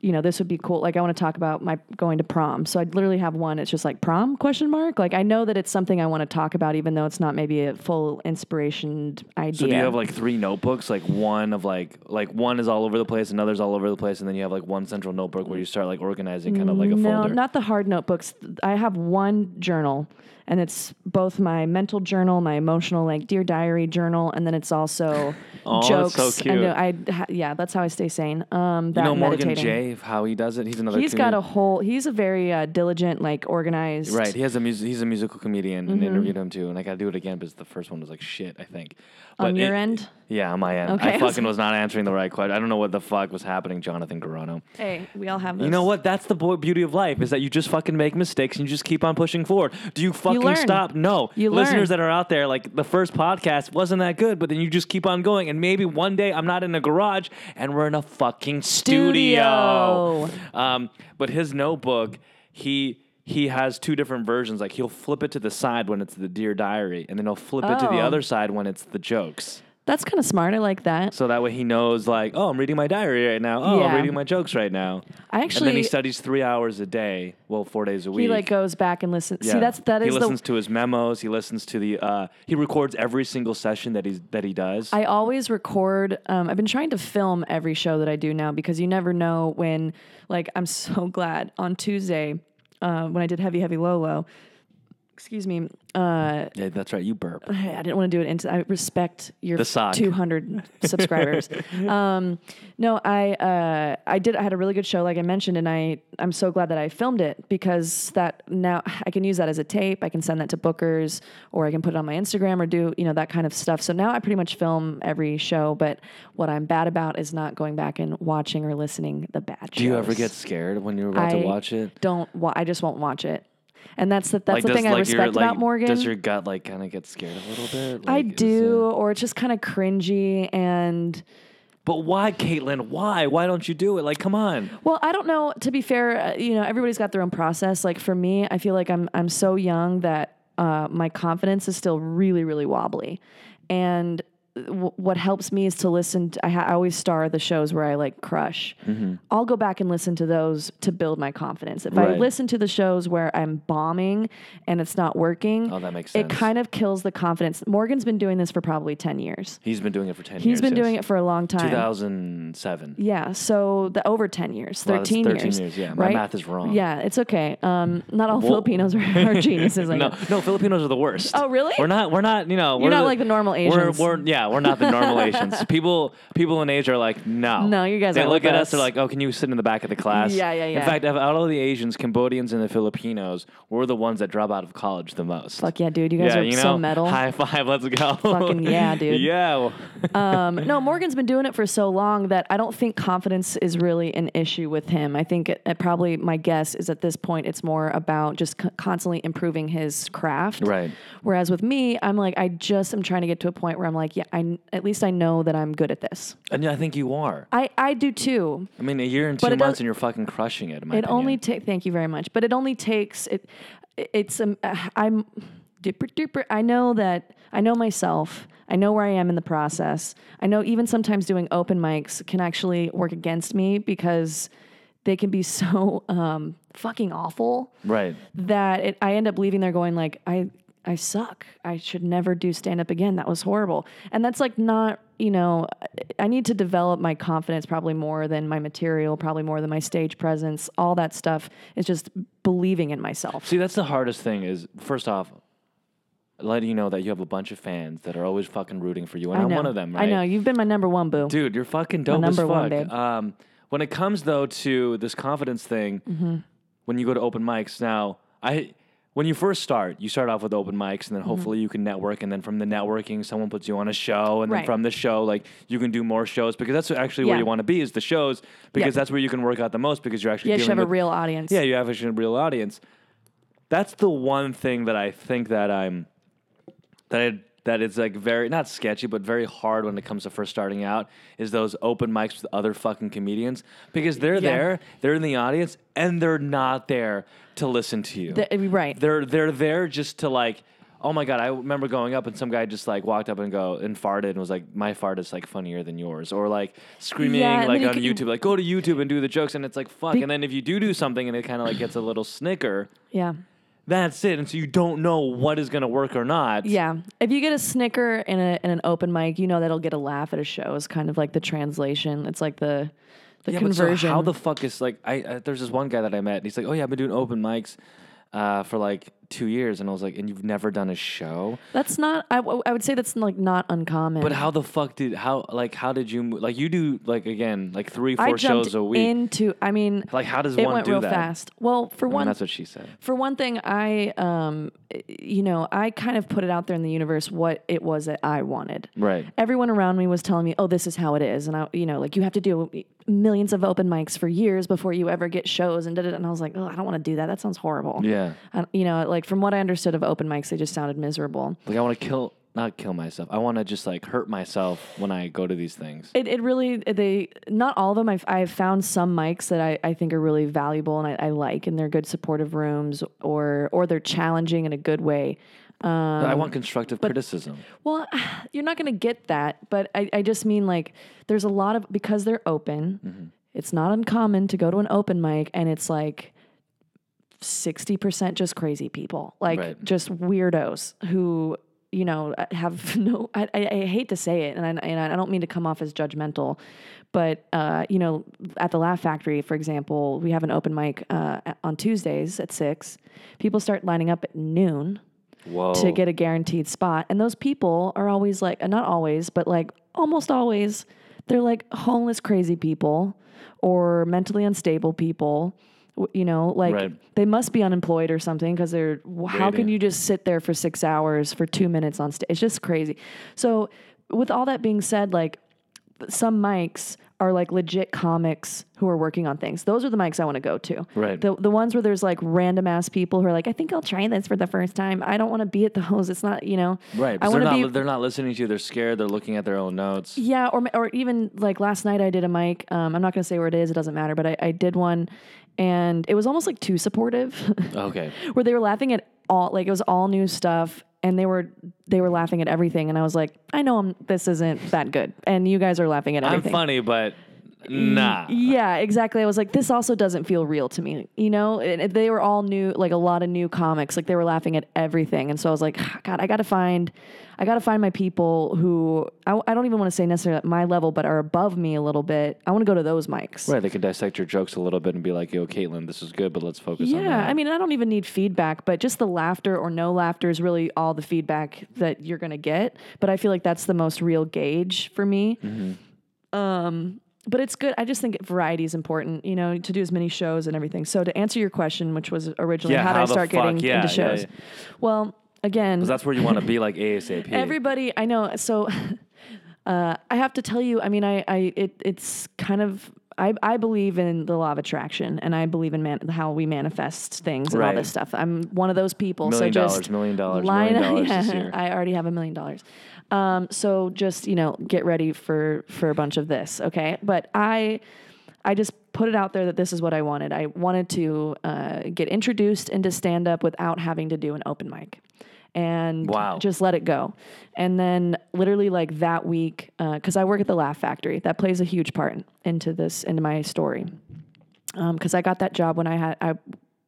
S3: you know this would be cool like i want to talk about my going to prom so i literally have one it's just like prom question mark like i know that it's something i want to talk about even though it's not maybe a full inspiration idea
S1: So do you have like three notebooks? Like one of like like one is all over the place, another's all over the place, and then you have like one central notebook where you start like organizing kind of like a
S3: no,
S1: folder.
S3: not the hard notebooks. I have one journal, and it's both my mental journal, my emotional, like dear diary journal, and then it's also
S1: (laughs) Oh, that's
S3: jokes.
S1: so cute.
S3: And I, ha- yeah, that's how I stay sane. Um, that
S1: you know
S3: and
S1: Morgan
S3: meditating.
S1: Jay, how he does it. He's another.
S3: He's got a whole. He's a very uh, diligent, like organized.
S1: Right, he has a mus- he's a musical comedian,
S3: Mm-hmm.
S1: and interviewed him too. And I got to do it again because the first one was like shit. I think.
S3: On
S1: But
S3: your
S1: it-
S3: end?
S1: Yeah, on my end. I
S3: Okay. (laughs)
S1: fucking was not answering the right question. I don't know what the fuck was happening, Jonathan Garano.
S3: Hey, we all have. Those.
S1: You know what? That's the boy- beauty of life is that you just fucking make mistakes and you just keep on pushing forward. Do you fucking
S3: learn.
S1: stop? No.
S3: You
S1: Listeners
S3: learn.
S1: that are out there, like the first podcast wasn't that good, but then you just keep on going. And maybe one day I'm not in a garage and we're in a fucking studio.
S3: Studio.
S1: Um, but his notebook, he. He has two different versions. Like he'll flip it to the side when it's the Dear Diary, and then he'll flip it to the
S3: Oh.
S1: other side when it's the jokes.
S3: That's kind of smart. I like that.
S1: So that way he knows, like, oh, I'm reading my diary right now. Oh, I'm
S3: Yeah.
S1: reading my jokes right now.
S3: I
S1: And then he
S3: actually-
S1: studies three hours a day, well, four days a week.
S3: He like goes back and listens.
S1: Yeah.
S3: See, that's that
S1: he
S3: is the
S1: listens to his memos. He listens to the. Uh, he records every single session that he's that he does.
S3: I always record. Um, I've been trying to film every show that I do now because you never know when. Like, I'm (laughs) so glad on Tuesday uh, when I did Heavy Heavy Low Low. Excuse me. Uh,
S1: yeah, that's right. You
S3: (sighs)
S1: burp.
S3: I didn't want to do it. Into, I respect your
S1: The sock.
S3: 200
S1: (laughs)
S3: subscribers. Um, no, I uh, I did. I had a really good show, like I mentioned, and I I'm so glad that I filmed it because that now I can use that as a tape. I can send that to bookers, or I can put it on my Instagram, or do you know that kind of stuff. So now I pretty much film every show. But what I'm bad about is not going back and watching or listening the bad.
S1: Do you ever get scared when you're about to
S3: I
S1: watch it?
S3: Don't. Wa- I just won't watch it. And that's the, that's the
S1: does
S3: thing I
S1: like your
S3: respect
S1: like
S3: about Morgan.
S1: does your gut like kind of get scared a little bit?
S3: I
S1: Like, is
S3: do,
S1: it- uh,
S3: or it's just kind of cringy. And
S1: but why, Caitlin? Why? Why don't you do it? Like, come on.
S3: well, I don't know. To be fair, uh, you know, everybody's got their own process. Like for me, I feel like I'm I'm so young that uh, my confidence is still really really wobbly, and. W- what helps me is to listen. To, I, ha- I always star the shows where I like crush.
S1: Mm-hmm.
S3: I'll go back and listen to those to build my confidence. If I
S1: Right.
S3: listen to the shows where I'm bombing and it's not working,
S1: Oh, that makes
S3: it
S1: sense.
S3: kind of kills the confidence. Morgan's been doing this for probably ten years.
S1: He's been doing it for ten years.
S3: He's been doing it for a long time.
S1: 2007.
S3: Yeah, so the over 10 years,
S1: Well, that's
S3: 13,
S1: 13
S3: years.
S1: years, yeah. My
S3: right?
S1: math is wrong.
S3: Yeah, it's okay. Um, not all
S1: Whoa.
S3: Filipinos are,
S1: (laughs)
S3: are geniuses. Like
S1: no,
S3: that.
S1: no, Filipinos are the worst.
S3: Oh, really?
S1: We're not. We're not. You know, we're
S3: not like the normal Asians.
S1: We're, we're yeah, we're not the
S3: (laughs)
S1: normal Asians. People, people in Asia are like, no,
S3: No, you guys
S1: They
S3: aren't
S1: look
S3: with
S1: at us.
S3: us.
S1: They're like, oh, can you sit in the back of the class?
S3: Yeah, yeah,
S1: In
S3: yeah.
S1: fact, of all of the Asians, Cambodians, and the Filipinos, we're the ones that drop out of college the most.
S3: Fuck yeah, dude. You guys
S1: yeah,
S3: are
S1: you know,
S3: so metal.
S1: High five, let's go. (laughs)
S3: Fucking yeah, dude.
S1: yeah. well, (laughs)
S3: Um, no, Morgan's been doing it for so long that I don't think confidence is really an issue with him. I think it, it probably, my guess is at this point, it's more about just co- constantly improving his craft.
S1: Right.
S3: Whereas with me, I'm like, I just am trying to get to a point where I'm like, yeah, I, at least I know that I'm good at this.
S1: And I think you are.
S3: I, I do too,
S1: I mean, a year and two
S3: it
S1: months,
S3: does-
S1: and you're fucking crushing it. In my
S3: It
S1: opinion.
S3: only takes. Thank you very much. But it only takes. It. It's. Um, uh, I'm. dipper dipper. I know that I know myself. I know where I am in the process. I know even sometimes doing open mics can actually work against me because they can be so um, fucking awful
S1: Right.
S3: that it, I end up leaving there going like I I suck. I should never do stand up again. That was horrible. And that's like not, you know, I need to develop my confidence probably more than my material, probably more than my stage presence, all that stuff is just believing in myself.
S1: See, that's the hardest thing is first off, letting you know that you have a bunch of fans that are always fucking rooting for you. And
S3: I
S1: I'm
S3: know.
S1: one of them, right?
S3: I know. You've been my number one boo.
S1: Dude, you're fucking dope as
S3: number
S1: fuck.
S3: one, babe.
S1: Um, when it comes though to this confidence thing,
S3: Mm-hmm.
S1: when you go to open mics now, I when you first start, you start off with open mics,
S3: Mm-hmm.
S1: and then hopefully you can network, and then from the networking, someone puts you on a show, and then
S3: Right.
S1: from the show, like you can do more shows because that's actually where
S3: Yeah.
S1: you want to be is the shows because
S3: Yeah.
S1: that's where you can work out the most because you're actually
S3: Yeah, you
S1: dealing
S3: should have a
S1: with-
S3: real audience.
S1: yeah, you have a real audience. That's the one thing that I think that I'm that I, that is like very not sketchy, but very hard when it comes to first starting out is those open mics with other fucking comedians because they're there, they're in the audience, and they're not there to listen to you.
S3: Th- eh, right.
S1: They're they're there just to like. Oh my god! I remember going up and some guy just like walked up and go and farted and was like, "My fart is like funnier than yours," or like screaming
S3: Yeah, and
S1: like
S3: then
S1: on
S3: you
S1: YouTube, like go to YouTube and do the jokes, and it's like fuck. and then if you do do something and it kind of like gets a little snicker,
S3: yeah.
S1: that's it. And so you don't know what is gonna work or not.
S3: Yeah. If you get a snicker in, a, in an open mic, you know that'll get a laugh at a show is kind of like the translation. It's like the the
S1: Yeah, but so
S3: conversion.
S1: how the fuck is like? I uh, there's this one guy that I met. And he's like, oh yeah, I've been doing open mics uh, for like two years, and I was like, and you've never done a show?
S3: that's not I, w- I would say that's like not uncommon.
S1: But how the fuck did how like how did you mo- like you do like again like three
S3: I
S1: four
S3: jumped
S1: shows a week?
S3: into I mean
S1: like how does
S3: it
S1: one
S3: went
S1: do
S3: real
S1: that?
S3: fast. Well, for
S1: I mean,
S3: one
S1: that's what she said.
S3: for one thing, I um you know, I kind of put it out there in the universe what it was that I wanted.
S1: Right.
S3: everyone around me was telling me, "Oh, this is how it is," and I, you know, like you have to do millions of open mics for years before you ever get shows, and did it. And I was like, "Oh, I don't want to do that. That sounds horrible."
S1: Yeah.
S3: I, you know, like from what I understood of open mics, they just sounded miserable.
S1: Like I want to kill not kill myself. I want to just like hurt myself when I go to these things.
S3: (laughs) It, it really they not all of them. I've, I've found some mics that I, I think are really valuable and I, I like, and they're good supportive rooms or or they're challenging in a good way. Um,
S1: I want constructive criticism.
S3: Well, (sighs) you're not going to get that, but I, I just mean like there's a lot of because they're open. It's not uncommon to go to an open mic and it's like 60% just crazy people, like
S1: Right.
S3: just weirdos who, you know, uh, have (laughs) no, I, I, I hate to say it, and I, and I don't mean to come off as judgmental, but, uh, you know, at the Laugh Factory, for example, we have an open mic uh, on Tuesdays at six. People start lining up at noon
S1: Whoa.
S3: to get a guaranteed spot. And those people are always like, uh, not always, but like almost always, they're like homeless, crazy people or mentally unstable people. W- You know, like
S1: Right.
S3: they must be unemployed or something because they're, w- how
S1: Waiting.
S3: can you just sit there for six hours for two minutes on stage? It's just crazy. So, with all that being said, like some mics are like legit comics who are working on things. Those are the mics I want to go to.
S1: Right.
S3: The the ones where there's like random ass people who are like, I think I'll try this for the first time. I don't want to be at those. It's not, you know.
S1: right.
S3: I
S1: because they're
S3: want
S1: not
S3: to
S1: li-
S3: be.
S1: they're not listening to you. They're scared. They're looking at their own notes.
S3: Yeah, or or even like last night I did a mic. Um, I'm not gonna say where it is. It doesn't matter. But I, I did one, and it was almost like too supportive. (laughs)
S1: Okay.
S3: where they were laughing at all like it was all new stuff and they were they were laughing at everything and i was like i know I'm, this isn't that good and you guys are laughing at
S1: I'm
S3: everything
S1: funny, but nah.
S3: yeah exactly i was like this also doesn't feel real to me you know and it- they were all new like a lot of new comics like they were laughing at everything and so i was like "Ah, god i gotta find i gotta find my people who i, I don't even want to say necessarily at my level but are above me a little bit i want to go to those mics
S1: Right. They can dissect your jokes a little bit and be like, "Yo, Caitlin, this is good, but let's focus on
S3: Yeah,
S1: that."
S3: I mean, I don't even need feedback, but just the laughter or no laughter is really all the feedback that you're gonna get. But I feel like that's the most real gauge for me. Um,
S1: Mm-hmm.
S3: but it's good. I just think variety is important, you know, to do as many shows and everything. So to answer your question, which was originally
S1: Yeah,
S3: how,
S1: how
S3: did
S1: the
S3: I start
S1: fuck?
S3: getting
S1: Yeah,
S3: into
S1: yeah,
S3: shows?
S1: yeah.
S3: Well, again,
S1: that's where you want to be, like ASAP.
S3: Everybody, I know. So, (laughs) uh, I have to tell you. I mean, I, I, it, it's kind of. I, I believe in the law of attraction, and I believe in man, how we manifest things and all
S1: Right.
S3: this stuff. I'm one of those people.
S1: Million
S3: so
S1: dollars,
S3: just
S1: million dollars,
S3: line
S1: million
S3: up-
S1: dollars this
S3: (laughs) yeah,
S1: year.
S3: I already have a million dollars. Um, so just you know, get ready for for a bunch of this, okay? But I, I just put it out there that this is what I wanted. I wanted to uh, get introduced into stand up without having to do an open mic. and
S1: Wow.
S3: just let it go. And then literally like that week, because I work at the Laugh Factory, that plays a huge part in, into this into my story. Because I got that job when I had I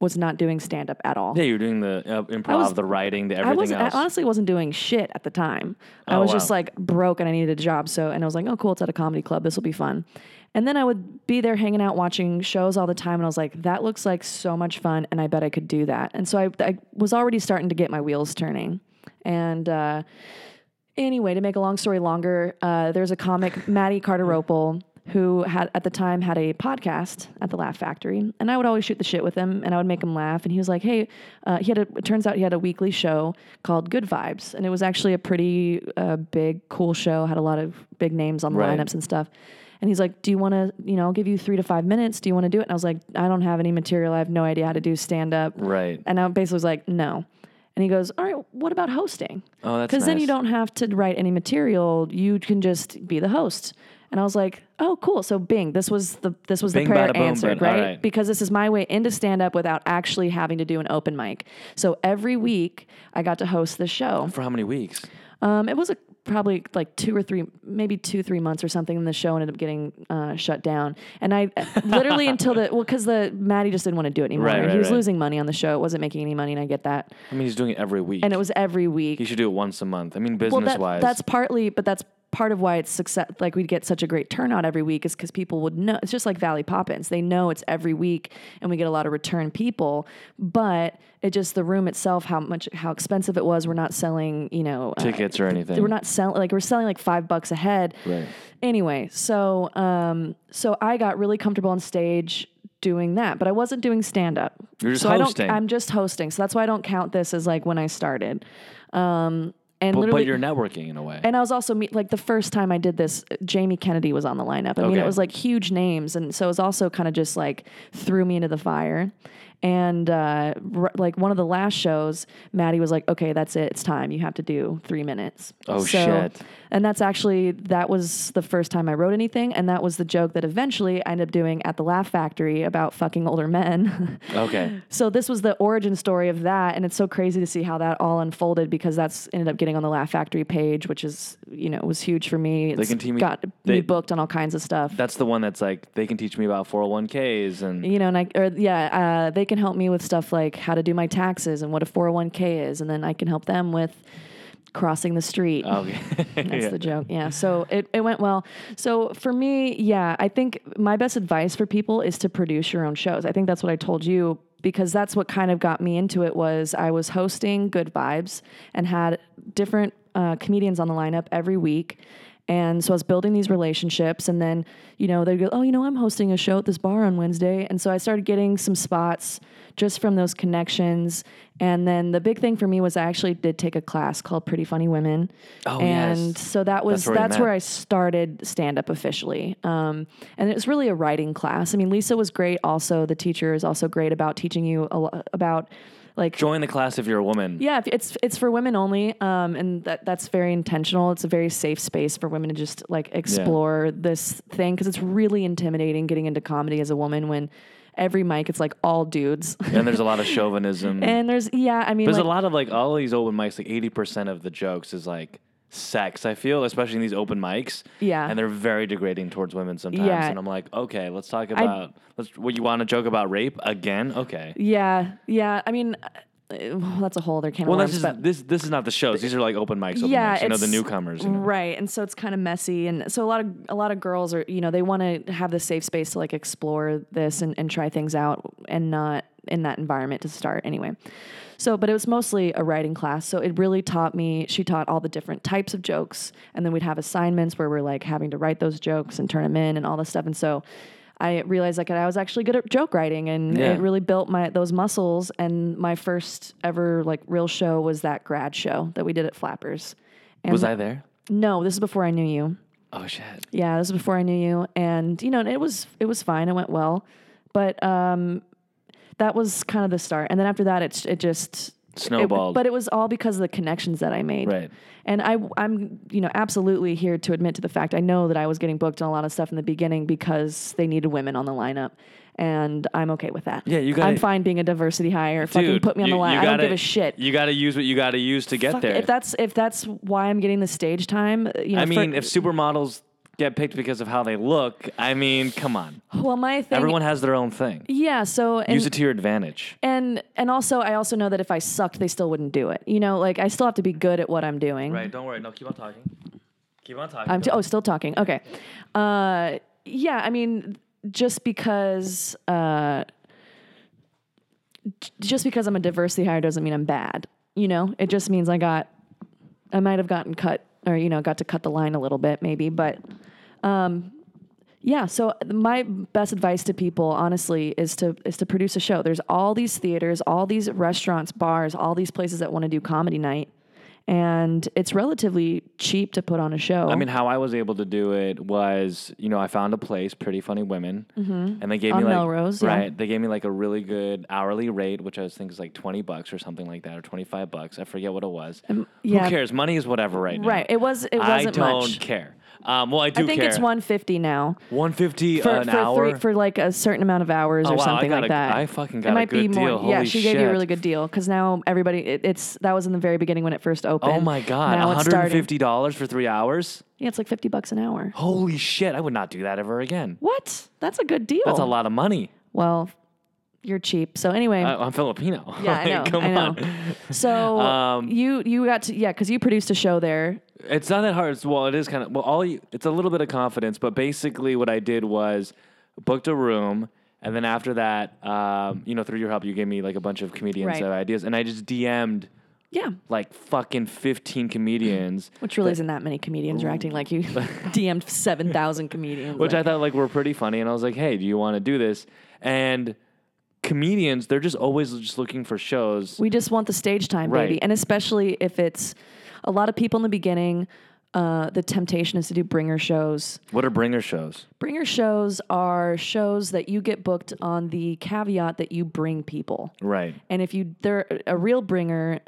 S3: was not doing stand up at all.
S1: Yeah, you're doing the uh, improv,
S3: was-
S1: the writing, the
S3: I
S1: everything
S3: was I
S1: else.
S3: honestly wasn't doing shit at the time. I
S1: Oh,
S3: was
S1: wow.
S3: just like broke and I needed a job. So and I was like, oh cool, it's at a comedy club. This will be fun. And then I would be there hanging out watching shows all the time, and I was like, that looks like so much fun, and I bet I could do that. And so I, I was already starting to get my wheels turning, and. Uh, anyway, to make a long story longer, uh, there's a comic, Maddie Carter Opel, who had at the time had a podcast at the Laugh Factory, and I would always shoot the shit with him, and I would make him laugh. And he was like, "Hey," uh, he had. A, it turns out he had a weekly show called Good Vibes, and it was actually a pretty uh, big, cool show. Had a lot of big names on the
S1: Right.
S3: lineups and stuff. And he's like, "Do you want to? You know, I'll give you three to five minutes. Do you want to do it?" And I was like, "I don't have any material. I have no idea how to do stand up."
S1: right.
S3: And I basically was like, no. And he goes, all right, what about hosting?
S1: Oh, that's
S3: Because then you
S1: nice.
S3: don't have to write any material. You can just be the host. And I was like, oh, cool. So Bing, this was the this was
S1: Bing,
S3: the prayer
S1: bada boom,
S3: answered,
S1: bada- all
S3: right?
S1: right.
S3: Because this is my way into stand up without actually having to do an open mic. So every week I got to host this show.
S1: For how many weeks?
S3: Um, it was a, probably like two or three, maybe two, three months or something. And the show ended up getting uh, shut down. And I literally until the well, because the Maddie just didn't want to do it anymore.
S1: Right, right,
S3: he was
S1: right.
S3: losing money on the show. It wasn't making any money, and I get that.
S1: I mean, he's doing it every week.
S3: And it was every week.
S1: he should do it once a month. I mean,
S3: well,
S1: business
S3: that,
S1: wise.
S3: that's partly, but that's part of why it's success. Like we'd get such a great turnout every week is because people would know. It's just like Valley Poppins; they know it's every week, and we get a lot of return people. But it just the room itself, how much, how expensive it was. We're not selling, you know, uh,
S1: tickets or anything.
S3: we're not selling like we're selling like five bucks a head.
S1: Right.
S3: Anyway, so um, so I got really comfortable on stage doing that, but I wasn't doing stand up.
S1: You're just
S3: so I
S1: hosting.
S3: don't. I'm just hosting, so that's why I don't count this as like when I started. Um, and
S1: but,
S3: literally,
S1: but you're networking in a way.
S3: and I was also meet like the first time I did this, Jamie Kennedy was on the lineup. I mean, it
S1: Okay.
S3: was like huge names, and so it was also kind of just like threw me into the fire. And uh, r- like one of the last shows, Maddie was like, "Okay, that's it. It's time. You have to do three minutes."
S1: Oh, shit.
S3: And that's actually that was the first time I wrote anything, and that was the joke that eventually I ended up doing at the Laugh Factory about fucking older men. (laughs)
S1: okay.
S3: So this was the origin story of that, and it's so crazy to see how that all unfolded because that's ended up getting on the Laugh Factory page, which is you know was huge for me. It's
S1: can team me-
S3: got
S1: they-
S3: me booked on all kinds of stuff.
S1: That's the one that's like they can teach me about 401ks and
S3: you know, and I or yeah, uh, they can help me with stuff like how to do my taxes and what a four hundred one k is, and then I can help them with crossing the street.
S1: okay. (laughs)
S3: That's
S1: Yeah.
S3: the joke. Yeah. So it, it went well. So for me, yeah, I think my best advice for people is to produce your own shows. I think that's what I told you because that's what kind of got me into it was I was hosting Good Vibes and had different uh, comedians on the lineup every week. And so I was building these relationships, and then you know they'd go, "Oh, you know, I'm hosting a show at this bar on Wednesday," and so I started getting some spots just from those connections. And then the big thing for me was I actually did take a class called Pretty Funny Women,
S1: Oh, yes.
S3: and so that was
S1: That's where
S3: that's,
S1: we met.
S3: where I started stand up officially. Um, and it was really a writing class. I mean, Lisa was great. Also, the teacher is also great about teaching you a lo- about like
S1: Join the class if you're a woman.
S3: yeah, if- it's it's for women only, um, and that that's very intentional. It's a very safe space for women to just like explore this thing because it's really intimidating getting into comedy as a woman when every mic it's like all dudes.
S1: And there's a lot of chauvinism.
S3: (laughs) And there's yeah, I mean,
S1: There's
S3: like,
S1: a lot of like all these open mics, like eighty percent of the jokes is like sex, I feel, especially in these open mics.
S3: Yeah.
S1: And they're very degrading towards women sometimes.
S3: Yeah.
S1: And I'm like, okay, let's talk about let's what you want to joke about rape again? Okay.
S3: yeah, yeah. I mean, uh, well, that's a whole other can
S1: Well
S3: of
S1: that's
S3: worms. but
S1: just this this is not the shows. These are like open mics, open mics, you know, the
S3: it's-
S1: newcomers. You know?
S3: right? And so it's kind of messy, and so a lot of a lot of girls are, you know, they want to have the safe space to like explore this and, and try things out, and not in that environment to start anyway. So, but it was mostly a writing class, so it really taught me. She taught all the different types of jokes, and then we'd have assignments where we're like having to write those jokes and turn them in and all this stuff, and so. I realized like I was actually good at joke writing and
S1: Yeah.
S3: it really built my those muscles and my first ever like real show was that grad show that we did at Flappers. And
S1: Was I there?
S3: no, this is before I knew you.
S1: Oh shit.
S3: Yeah, this is before I knew you, and you know, and it was it was fine. It went well, but um, that was kind of the start. And then after that, it's it just
S1: snowballed.
S3: but it was all because of the connections that I made.
S1: Right.
S3: And I, I'm, you know, absolutely here to admit to the fact I know that I was getting booked on a lot of stuff in the beginning because they needed women on the lineup, and I'm okay with that.
S1: Yeah, you
S3: I'm
S1: gotta-
S3: fine being a diversity hire. Fucking
S1: Dude,
S3: put me on
S1: you-
S3: the line.
S1: you
S3: I don't
S1: gotta-
S3: give a shit.
S1: You got to use what you got to use to get
S3: Fuck,
S1: there.
S3: If that's if that's why I'm getting the stage time, uh, you know.
S1: I mean,
S3: for-
S1: if supermodels get picked because of how they look, I mean, come on.
S3: well, my thing.
S1: Everyone has their own thing.
S3: yeah. So and,
S1: use it to your advantage.
S3: and and also I also know that if I sucked, they still wouldn't do it. You know, like I still have to be good at what I'm doing.
S1: Don't worry. No, keep on talking. Keep on talking.
S3: I'm t- oh, still talking. Okay. Uh, yeah, I mean, just because uh, j- just because I'm a diversity hire doesn't mean I'm bad. You know, it just means I got I might have gotten cut or you know got to cut the line a little bit maybe, but um, yeah. So my best advice to people honestly is to is to produce a show. There's all these theaters, all these restaurants, bars, all these places that want to do comedy night. And it's relatively cheap to put on a show.
S1: I mean, how I was able to do it was, you know, I found a place, Pretty Funny Women, and they gave
S3: Mm-hmm. On
S1: me like
S3: Melrose, yeah.
S1: right. They gave me like a really good hourly rate, which I was thinking is like twenty bucks or something like that, or twenty five bucks. I forget what it was.
S3: Um, yeah.
S1: Who cares? Money is whatever right now.
S3: Right. It was. It
S1: I
S3: wasn't
S1: don't
S3: much.
S1: care. Um, well, I do
S3: I think
S1: care.
S3: it's 150 now
S1: one fifty
S3: for
S1: an
S3: for,
S1: hour.
S3: Three, for like a certain amount of hours
S1: Oh,
S3: or
S1: wow, I
S3: something
S1: got
S3: like
S1: a-
S3: that.
S1: I fucking
S3: it
S1: got a
S3: might be
S1: good
S3: more.
S1: deal.
S3: Yeah,
S1: Holy
S3: she gave you a
S1: shit.
S3: really good deal because now everybody. It, it's that was in the very beginning when it first opened.
S1: oh my god,
S3: Now
S1: one
S3: it's
S1: hundred and
S3: starting.
S1: fifty dollars for three hours.
S3: Yeah, it's like 50 bucks an hour.
S1: Holy shit! I would not do that ever again.
S3: What? That's a good deal.
S1: That's a lot of money.
S3: Well, you're cheap. So anyway.
S1: I, I'm Filipino.
S3: (laughs)
S1: (laughs)
S3: yeah, I
S1: Like,
S3: know.
S1: Uh, Come
S3: I know.
S1: on. (laughs)
S3: So
S1: Um,
S3: you you got to yeah because you produced a show there.
S1: It's not that hard. It's, well, it is kind of well. All you, it's a little bit of confidence, but basically, what I did was booked a room, and then after that, um, you know, through your help, you gave me like a bunch of comedians
S3: Right.
S1: uh, ideas, and I just DM'd
S3: Yeah,
S1: like fucking fifteen
S3: (laughs)
S1: comedians,
S3: which really is isn't that many comedians. You're acting like you
S1: (laughs)
S3: (laughs) DM'd 7,000 comedians.
S1: which
S3: like-
S1: I thought like were pretty funny, and I was like, hey, do you want to do this? And comedians, they're just always just looking for shows.
S3: We just want the stage time,
S1: Right.
S3: baby. And especially if it's a lot of people in the beginning, uh, the temptation is to do bringer shows.
S1: What are bringer shows?
S3: Bringer shows are shows that you get booked on the caveat that you bring people.
S1: Right.
S3: And if you, they're a real bringer,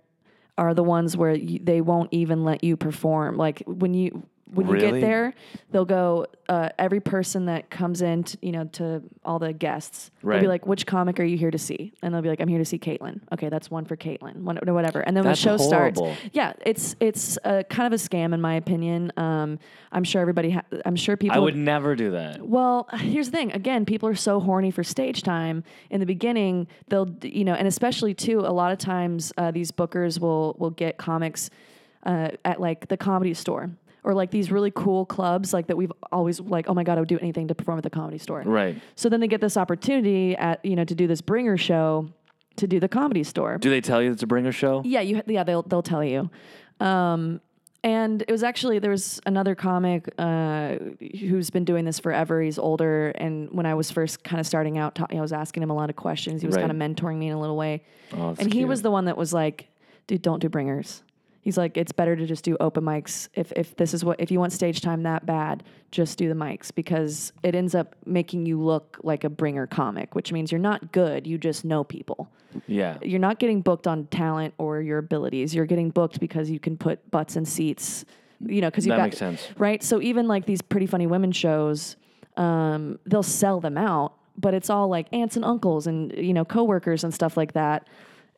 S3: are the ones where you, they won't even let you perform. Like when you when you
S1: Really?
S3: get there, they'll go. Uh, every person that comes in, t- you know, to all the guests, they'll be
S1: Right.
S3: like, "Which comic are you here to see?" And they'll be like, "I'm here to see Caitlin." Okay, that's one for Caitlin. One, no, whatever. And then
S1: That's
S3: when the show
S1: horrible.
S3: starts, yeah, it's it's uh, kind of a scam in my opinion. Um, I'm sure everybody. Ha- I'm sure people.
S1: I would never do that.
S3: Well, (laughs) here's the thing. Again, people are so horny for stage time in the beginning. They'll, you know, and especially too, a lot of times uh, these bookers will will get comics uh, at like the comedy store or like these really cool clubs, like that we've always like, oh my god, I would do anything to perform at the comedy store.
S1: Right.
S3: So then they get this opportunity at you know to do this bringer show, to do the comedy store.
S1: Do they tell you it's a bringer show?
S3: Yeah, you yeah, they'll they'll tell you. Um and it was actually there was another comic uh, who's been doing this forever. He's older, and when I was first kind of starting out, ta- I was asking him a lot of questions. He was
S1: Right.
S3: kind of mentoring me in a little way,
S1: Oh, that's
S3: and he
S1: cute.
S3: was the one that was like, "Dude, don't do bringers." He's like, "It's better to just do open mics. If if this is what if you want stage time that bad, just do the mics because it ends up making you look like a bringer comic, which means you're not good. You just know people."
S1: Yeah.
S3: you're not getting booked on talent or your abilities. You're getting booked because you can put butts in seats, you know, because you
S1: That
S3: got
S1: makes sense.
S3: right. So even like these pretty funny women shows, um, they'll sell them out, but it's all like aunts and uncles and you know coworkers and stuff like that.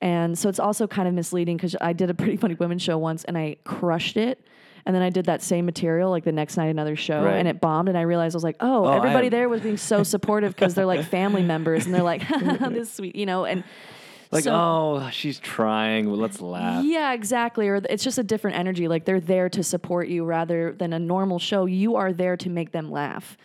S3: And so it's also kind of misleading because I did a pretty funny women show once and I crushed it. And then I did that same material like the next night another show
S1: Right.
S3: and it bombed and I realized I was like, oh,
S1: I
S3: everybody
S1: am-
S3: there was being so supportive because they're like
S1: (laughs)
S3: family members and they're like, (laughs) this sweet, you know, and
S1: Like,
S3: so-
S1: oh, she's trying. Well, let's laugh.
S3: yeah, exactly. Or th- it's just a different energy. Like they're there to support you rather than a normal show. You are there to make them laugh.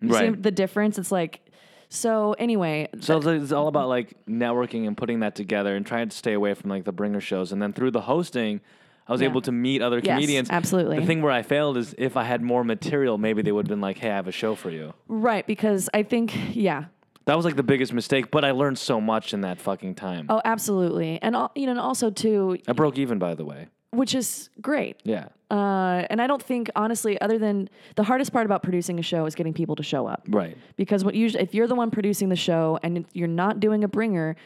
S3: You see
S1: Right.
S3: the difference? It's like, so anyway, uh,
S1: So it's, it's all about like networking and putting that together and trying to stay away from like the bringer shows. And then through the hosting, I was
S3: Yeah.
S1: able to meet other
S3: Yes,
S1: comedians.
S3: absolutely.
S1: The thing where I failed is if I had more material, maybe they would have been like, hey, I have a show for you.
S3: right. Because I think, yeah.
S1: That was like the biggest mistake, but I learned so much in that fucking time.
S3: Oh, absolutely. And, al- you know, and also too,
S1: I broke even, by the way.
S3: which is great.
S1: Yeah.
S3: Uh, and I don't think, honestly, other than the hardest part about producing a show is getting people to show up.
S1: Right.
S3: because what usually if you're the one producing the show and you're not doing a bringer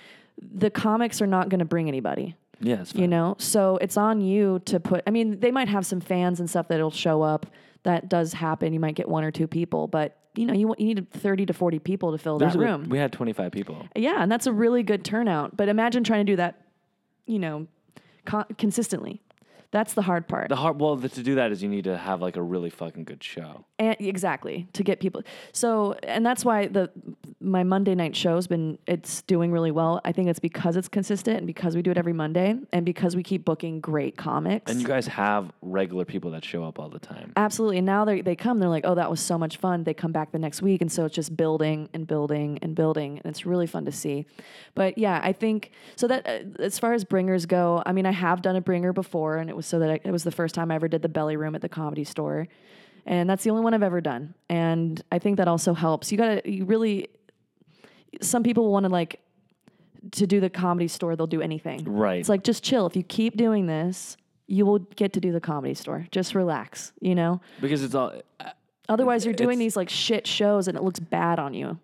S3: the comics are not going to bring anybody
S1: Yeah, it's
S3: you
S1: fine.
S3: know so it's on you to put i mean they might have some fans and stuff that'll show up that does happen you might get one or two people but you know you, want- you need 30 to 40 people to fill
S1: There's
S3: that
S1: a-
S3: room
S1: We had 25 people.
S3: yeah and that's a really good turnout but imagine trying to do that you know con- consistently that's the hard part
S1: The hard well the, to do that is you need to have like a really fucking good show.
S3: and exactly to get people so and that's why the my monday night show's been it's doing really well i think it's because it's consistent and because we do it every monday and because we keep booking great comics
S1: And you guys have regular people that show up all the time.
S3: Absolutely. And now they they come, they're like, oh, that was so much fun. They come back the next week. And so it's just building and building and building. And it's really fun to see. But yeah, I think so that uh, as far as bringers go, I mean, I have done a bringer before. And it was so that I, it was the first time I ever did the belly room at the comedy store. And that's the only one I've ever done. And I think that also helps. You got to, you really, some people want to like, to do the comedy store, they'll do anything.
S1: Right.
S3: It's like, just chill. If you keep doing this, you will get to do the comedy store. Just relax, you know?
S1: Because it's all
S3: Otherwise, you're doing
S1: It's-
S3: these like shit shows and it looks bad on you,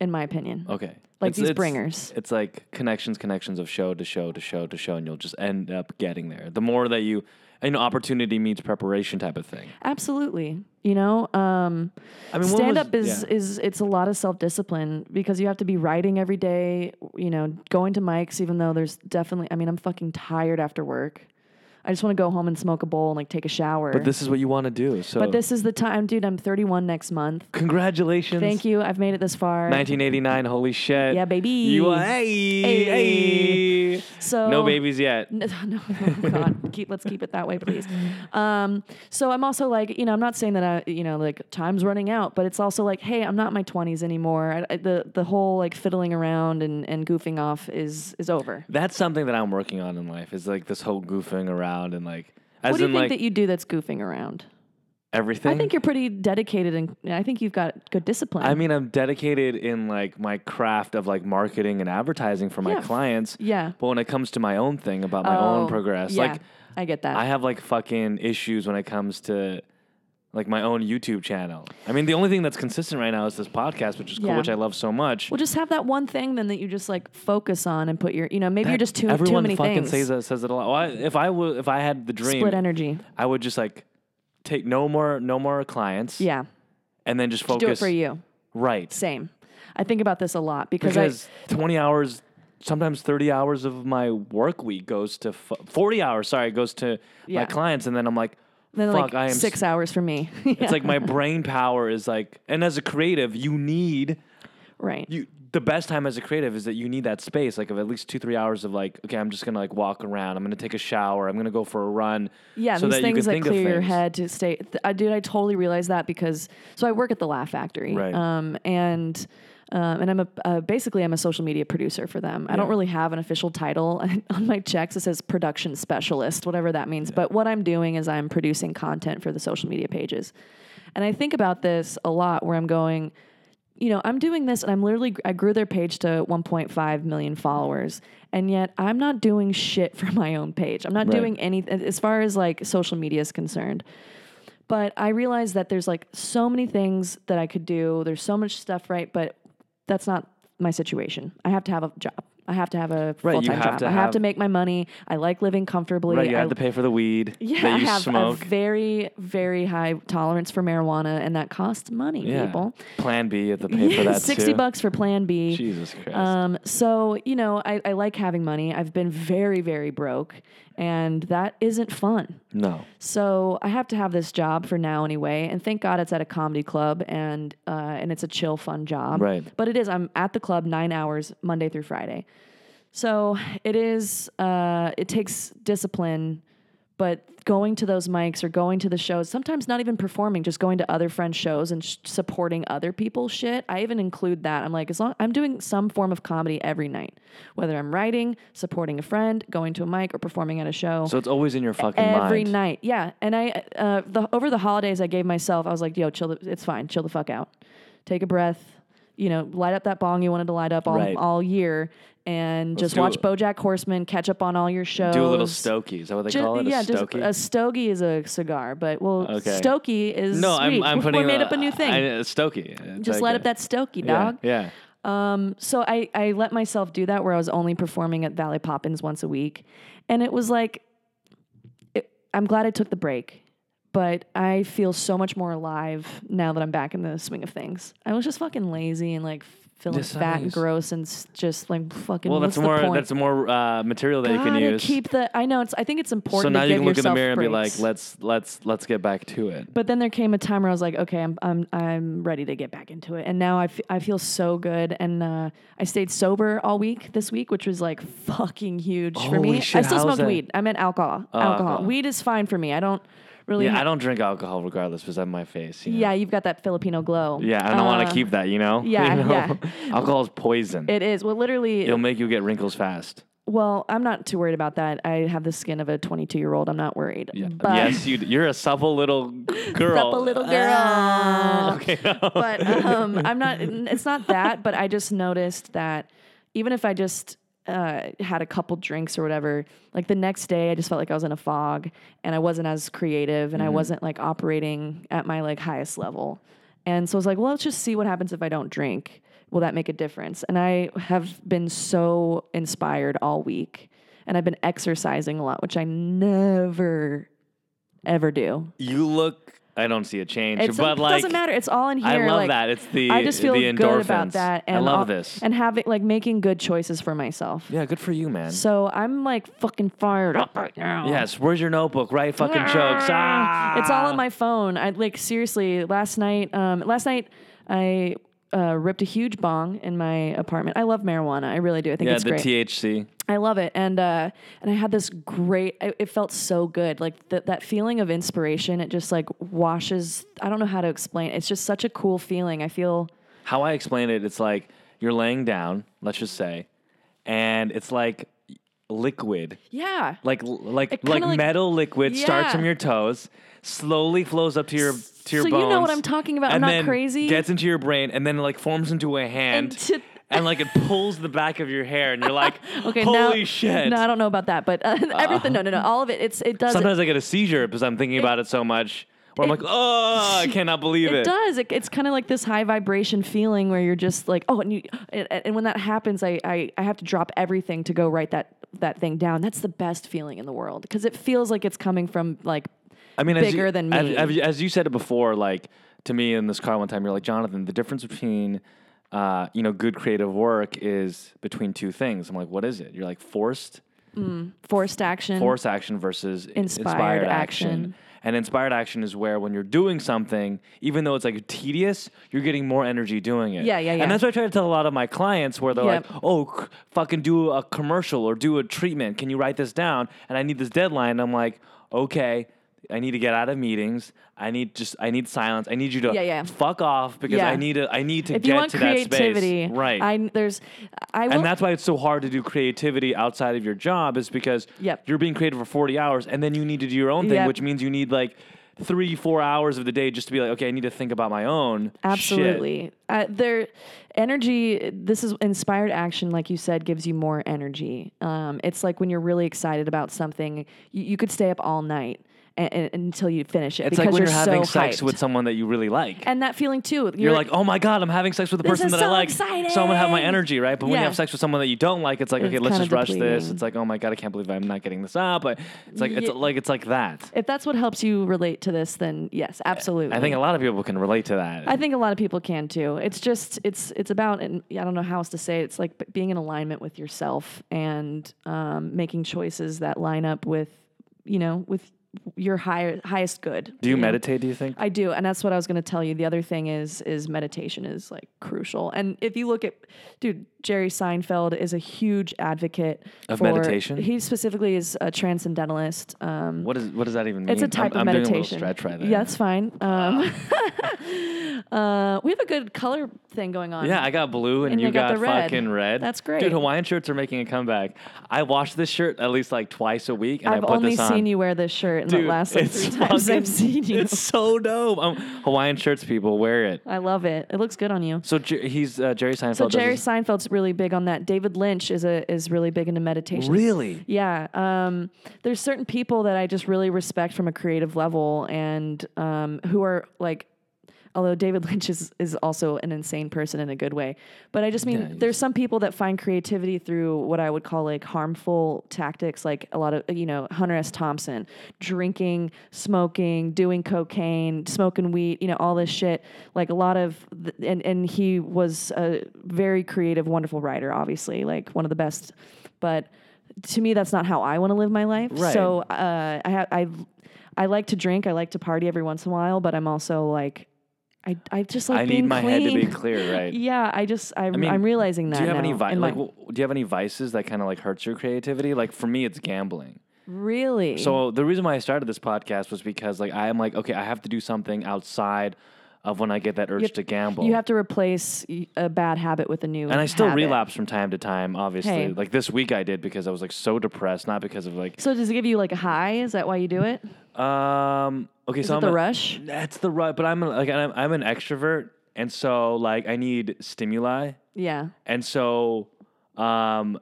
S3: in my opinion.
S1: okay.
S3: Like
S1: It's-
S3: these
S1: it's-
S3: bringers.
S1: It's like connections, connections of show to show to show to show, and you'll just end up getting there. The more that you, you know, opportunity meets preparation type of thing.
S3: Absolutely. You know, um,
S1: I mean, when
S3: stand
S1: was-
S3: up is,
S1: yeah.
S3: is it's a lot of self discipline because you have to be writing every day, you know, going to mics, even though there's definitely, I mean, I'm fucking tired after work. I just want to go home and smoke a bowl and like take a shower.
S1: But this is what you want to do. So,
S3: but this is the time, dude. I'm 31 next month.
S1: congratulations.
S3: Thank you. I've made it this far.
S1: 1989. Holy shit.
S3: Yeah, baby.
S1: You are. Hey.
S3: Hey.
S1: Hey.
S3: So
S1: no babies yet.
S3: (laughs) No, no,
S1: (laughs)
S3: no, God, keep, let's keep it that way, please. Um, so I'm also like, you know, I'm not saying that I, you know, like time's running out, but it's also like, hey, I'm not in my 20s anymore. I, I, the the whole like fiddling around and, and goofing off is is over.
S1: That's something that I'm working on in life. Is like this whole goofing around and like, as
S3: what do you
S1: in
S3: think
S1: like
S3: that you do that's goofing around?
S1: everything.
S3: I think you're pretty dedicated, and I think you've got good discipline.
S1: I mean, I'm dedicated in like my craft of like marketing and advertising for my
S3: Yeah.
S1: clients.
S3: yeah,
S1: But when it comes to my own thing about my
S3: Oh,
S1: own progress,
S3: yeah,
S1: like
S3: I get that.
S1: I have like fucking issues when it comes to like my own YouTube channel. I mean, the only thing that's consistent right now is this podcast, which is cool,
S3: Yeah.
S1: which I love so much.
S3: well, just have that one thing then that you just like focus on and put your, you know, maybe you're just too too
S1: Everyone
S3: many
S1: fucking
S3: things.
S1: says that says it a lot. Well, I, if I w- if I had the dream,
S3: Split energy.
S1: I would just like take no more no more clients,
S3: Yeah,
S1: and then just
S3: do
S1: focus
S3: it for you.
S1: right
S3: Same. I think about this a lot because,
S1: because 20 hours sometimes 30 hours of my work week goes to f- 40 hours sorry goes to
S3: Yeah.
S1: my clients and then i'm like
S3: I then
S1: fuck
S3: like
S1: i am
S3: six
S1: six
S3: hours for me.
S1: (laughs) it's like
S3: (laughs)
S1: my brain power is like and as a creative you need
S3: right.
S1: you the best time as a creative is that you need that space like of at least two three hours of like okay i'm just gonna like walk around i'm gonna take a shower i'm gonna go for a run
S3: yeah,
S1: so
S3: these
S1: that you
S3: things
S1: can
S3: that
S1: think
S3: clear
S1: of
S3: your
S1: things.
S3: head to stay. Th- I, dude, I totally realized that because so I work at the Laugh Factory,
S1: Right.
S3: um, and um, and I'm a uh, basically I'm a social media producer for them. I don't
S1: Yeah.
S3: really have an official title (laughs) on my checks. It says production specialist, whatever that means. But what I'm doing is I'm producing content for the social media pages, and I think about this a lot where I'm going. you know, I'm doing this and I'm literally, I grew their page to 1.5 million followers. And yet I'm not doing shit for my own page. I'm not
S1: Right.
S3: doing any, as far as like social media is concerned. But I realized that there's like so many things that I could do. There's so much stuff, right? But that's not my situation. I have to have a job. I have to have a
S1: Right,
S3: full
S1: you
S3: time
S1: have
S3: job.
S1: to
S3: I have
S1: have-
S3: to make my money. I like living comfortably.
S1: right you
S3: I
S1: have to pay for the weed
S3: (laughs) yeah,
S1: that you
S3: I have
S1: smoke
S3: a very, very high tolerance for marijuana, and that costs money,
S1: yeah
S3: people.
S1: plan b you have to pay
S3: (laughs)
S1: for that
S3: 60
S1: too.
S3: bucks for plan B.
S1: jesus christ
S3: Um, so you know, I, I like having money. I've been very, very broke, and that isn't fun.
S1: no
S3: So I have to have this job for now anyway. And thank God it's at a comedy club, and uh, and it's a chill, fun job.
S1: Right.
S3: But it is. I'm at the club nine hours Monday through Friday. So it is. Uh, it takes discipline. But going to those mics or going to the shows, sometimes not even performing, just going to other friends' shows and sh- supporting other people's shit. I even include that. I'm like, as long I'm doing some form of comedy every night, whether I'm writing, supporting a friend, going to a mic, or performing at a show
S1: so it's always in your fucking
S3: every
S1: mind
S3: night. Yeah, and I uh, the over the holidays I gave myself I was like, yo, chill. The, it's fine. Chill the fuck out. Take a breath. You know, light up that bong you wanted to light up all,
S1: Right.
S3: all year, and just
S1: do
S3: watch
S1: it.
S3: BoJack Horseman. Catch up on all your shows.
S1: Do a little stokie. Is that what they
S3: Ju-
S1: call it?
S3: yeah,
S1: a stokie?
S3: just a stogie is a cigar, but well,
S1: Okay.
S3: stogie is
S1: no,
S3: sweet. (laughs)
S1: I'm, I'm putting
S3: we made
S1: a-
S3: up a new thing.
S1: I- a stokie. It's
S3: just
S1: like
S3: light
S1: a-
S3: up that stokie,
S1: yeah,
S3: dog.
S1: Yeah.
S3: Um, so I, I let myself do that where I was only performing at Valley Poppins once a week. And it was like, it, I'm glad I took the break, but I feel so much more alive now that I'm back in the swing of things. I was just fucking lazy and like feeling
S1: Yes, I
S3: fat and
S1: was.
S3: gross and s- just like fucking.
S1: Well, that's
S3: what's the
S1: more
S3: point?
S1: that's more uh, material that you can
S3: Gotta
S1: use.
S3: Keep the. I know it's. I think it's
S1: so
S3: important.
S1: now
S3: to
S1: you
S3: give
S1: can look in
S3: yourself
S1: the mirror and be
S3: breaks.
S1: like, let's let's let's get back to it.
S3: But then there came a time where I was like, okay, I'm I'm I'm ready to get back into it, and now I, f- I feel so good, and uh, I stayed sober all week this week, which was like (laughs) fucking huge for
S1: Holy
S3: me.
S1: shit,
S3: I still
S1: how's
S3: smoked
S1: that?
S3: weed. I meant alcohol. alcohol.
S1: alcohol.
S3: Weed is fine for me. I don't really.
S1: Yeah,
S3: ha-
S1: I don't drink alcohol regardless because I'm my face. You know?
S3: yeah, you've got that Filipino glow.
S1: Yeah, and I want
S3: Uh,
S1: to keep that, you know? (laughs)
S3: yeah,
S1: You know?
S3: yeah.
S1: (laughs) Alcohol is poison. It,
S3: It is well, literally.
S1: will make you get wrinkles fast.
S3: well, I'm not too worried about that. I have the skin of a 22 year old. I'm not worried. Yeah. But, (laughs)
S1: yes, Uh, you, d- you're a supple little g- girl.
S3: Supple little girl.
S1: (laughs) Okay. (laughs)
S3: but um, I'm not. It's not that. But I just noticed that even if I just uh, had a couple drinks or whatever, like the next day, I just felt like I was in a fog and I wasn't as creative and I
S1: Mm-hmm.
S3: wasn't like operating at my like highest level. And so I was like, well, let's just see what happens if I don't drink. Will that make a difference? And I have been so inspired all week. And I've been exercising a lot, which I never, ever do.
S1: you look, I don't see a change,
S3: It's,
S1: but
S3: it
S1: like,
S3: doesn't matter. It's all in here.
S1: I love
S3: like,
S1: that. It's the,
S3: I just feel
S1: the endorphins.
S3: good about that. And
S1: I love
S3: all-
S1: this.
S3: And having like making good choices for myself.
S1: yeah, good for you, man.
S3: So I'm like fucking fired up right now.
S1: yes, where's your notebook? Write fucking jokes. Ah!
S3: It's all on my phone. I like seriously. Last night, um, last night I uh, ripped a huge bong in my apartment. I love marijuana. I really do. I think
S1: Yeah,
S3: it's
S1: the
S3: great.
S1: THC.
S3: I love it, and uh, and I had this great. I, it felt so good, like that that feeling of inspiration. It just like washes. I don't know how to explain. It's just such a cool feeling. I feel
S1: how I explain it, it's like you're laying down, let's just say, and it's like liquid,
S3: yeah.
S1: like like
S3: kinda
S1: like,
S3: like-
S1: metal liquid starts
S3: Yeah.
S1: from your toes, slowly flows up to your to your
S3: so you
S1: bones.
S3: know what I'm talking about. I'm
S1: and
S3: not
S1: then
S3: crazy.
S1: Gets into your brain and then like forms into a hand.
S3: And to-
S1: and, like it pulls the back of your hair, and you're like,
S3: (laughs) Okay, now-
S1: "Holy shit!"
S3: No, I don't know about that, but uh, (laughs) everything. No, no, no. All of it. It's it does.
S1: Sometimes I get a seizure because I'm thinking about it so much, or I'm like, "Oh,
S3: (laughs)
S1: I cannot believe
S3: it,
S1: it."
S3: does. It, it's kind of like this high vibration feeling where you're just like, oh, and you, and, and when that happens, I, I, I have to drop everything to go write that that thing down. That's the best feeling in the world because it feels like it's coming from like.
S1: I mean, as
S3: bigger
S1: you,
S3: than
S1: as-
S3: me.
S1: As, you- as you said it before, like to me in this car one time, you're like, Jonathan, the difference between uh, you know good creative work is between two things. I'm like, what is it? You're like forced
S3: Forced action.
S1: forced action versus inspired,
S3: Inspired
S1: action.
S3: action.
S1: And inspired action is where when you're doing something, even though it's like tedious, you're getting more energy doing it.
S3: Yeah, yeah, yeah.
S1: And that's what I try to tell a lot of my clients where they're
S3: Yep.
S1: like, oh, c- fucking do a commercial or do a treatment. Can you write this down? And I need this deadline. And I'm like, okay. I need to get out of meetings. I need just I need silence. I need you to
S3: Yeah, yeah.
S1: fuck off because
S3: Yeah.
S1: I need to I need to
S3: If
S1: get
S3: you want
S1: to
S3: creativity,
S1: that space. Right.
S3: I there's, I will.
S1: And that's why it's so hard to do creativity outside of your job is because
S3: Yep.
S1: you're being creative for 40 hours and then you need to do your own thing,
S3: Yep.
S1: which means you need like three, four hours of the day just to be like, okay, I need to think about my own. shit."
S3: Absolutely. Uh, their energy, this is inspired action, like you said, gives you more energy. Um, it's like when you're really excited about something, you, you could stay up all night and, until you finish it.
S1: It's
S3: because
S1: like when you're,
S3: so
S1: having sex
S3: hyped.
S1: with someone that you really like.
S3: And that feeling too. You're,
S1: you're like, oh my God, I'm having sex with the person
S3: is
S1: that I
S3: so
S1: like. So I'm going to have my
S3: exciting."
S1: energy, right? But when
S3: Yeah.
S1: you have sex with someone that you don't like, it's like, okay,
S3: It's
S1: let's
S3: kinda
S1: just rush this.
S3: depleting.
S1: It's like, oh my God, I can't believe I'm not getting this up. But it's like, it's
S3: Ye-
S1: like, it's like that.
S3: if that's what helps you relate to this, then yes, absolutely.
S1: I think a lot of people can relate to that.
S3: I think a lot of people can too. It's just it's it's about and I don't know how else to say it. It's like b- being in alignment with yourself and um, making choices that line up with you know with your higher highest good.
S1: do you
S3: know?
S1: meditate, do you think?
S3: I do, and that's what I was going to tell you. The other thing is is meditation is like crucial. And if you look at dude, Jerry Seinfeld is a huge advocate
S1: Of
S3: for-
S1: meditation?
S3: He specifically is a transcendentalist. Um,
S1: What, is, what does that even mean?
S3: it's a type
S1: I'm,
S3: of
S1: I'm
S3: meditation.
S1: Doing a little stretch right there.
S3: Yeah, that's fine. Um,
S1: (laughs)
S3: (laughs) uh, we have a good color thing going on.
S1: Yeah, I got blue and,
S3: And
S1: you
S3: they got
S1: got,
S3: the red.
S1: fucking red.
S3: That's great.
S1: Dude, Hawaiian shirts are making a comeback. I wash this shirt at least like twice a week and I
S3: I've
S1: put
S3: only
S1: this on.
S3: seen you wear this shirt in
S1: Dude,
S3: the last like,
S1: it's
S3: three times
S1: fucking-
S3: I've seen you.
S1: It's so dope. Um, Hawaiian shirts people wear it.
S3: (laughs) I love it. It looks good on you.
S1: So Jer- he's uh, Jerry Seinfeld.
S3: So
S1: does
S3: Jerry
S1: this-
S3: Seinfeld's really big on that. David Lynch is a is really big into meditation.
S1: Really?
S3: Yeah. Um, there's certain people that I just really respect from a creative level and um, who are like Although David (laughs) Lynch is, is also an insane person in a good way. But I just mean,
S1: Yeah, he's-
S3: there's some people that find creativity through what I would call like harmful tactics, like a lot of, you know, Hunter S. Thompson, drinking, smoking, doing cocaine, smoking weed, you know, all this shit. Like a lot of, th- and, and he was a very creative, wonderful writer, obviously, like one of the best. But to me, that's not how I want to live my life.
S1: Right.
S3: So uh, I, ha- I, I like to drink. I like to party every once in a while, but I'm also like, I, I just like
S1: I
S3: being
S1: need my
S3: clean.
S1: head to be
S3: (laughs)
S1: clear, right?
S3: Yeah, I just I,
S1: mean,
S3: am realizing that.
S1: do you have
S3: now
S1: any
S3: in
S1: vi-
S3: my-
S1: like? w do you have any vices that kind of like hurts your creativity? Like for me, it's gambling.
S3: really?
S1: So the reason why I started this podcast was because like I am like okay, I have to do something outside of when I get that urge to gamble.
S3: you have to replace y- a bad habit with a new.
S1: and I still
S3: habit.
S1: relapse from time to time. Obviously,
S3: Hey.
S1: like this week I did because I was like so depressed, not because of like
S3: So does it give you like a high? Is that why you do it?
S1: um okay.
S3: Is
S1: so
S3: it
S1: I'm
S3: the
S1: a-
S3: rush?
S1: That's the right. But I'm like I'm, I'm an extrovert, and so like I need stimuli,
S3: Yeah.
S1: and so um.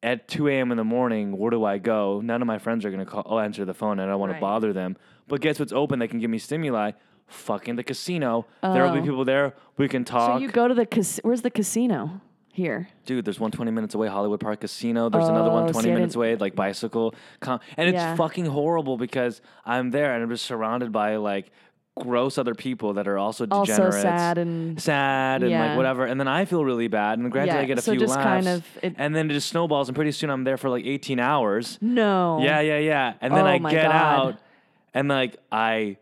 S1: At 2 a.m. in the morning, where do I go? None of my friends are gonna call. I'll answer the phone. and I don't want
S3: Right.
S1: to bother them. But guess what's open? They can give me stimuli. Fucking the casino. There will be
S3: Oh.
S1: people there. We can talk.
S3: So you go to the cas- where's the casino here?
S1: Dude, there's one 20 minutes away, Hollywood Park Casino. There's another one 20
S3: Oh, see, I
S1: minutes
S3: didn't-
S1: away, like bicycle. Com- and it's
S3: Yeah.
S1: fucking horrible because I'm there and I'm just surrounded by like gross other people that are also
S3: Also
S1: degenerates.
S3: sad and-
S1: sad and
S3: Yeah.
S1: like whatever. And then I feel really bad. And granted,
S3: Yeah,
S1: I get a
S3: so
S1: few
S3: just
S1: laughs.
S3: kind of- it-
S1: and then it just snowballs. And pretty soon I'm there for like 18 hours.
S3: No.
S1: Yeah, yeah, yeah. And then
S3: Oh
S1: I
S3: my
S1: get
S3: God.
S1: out and like I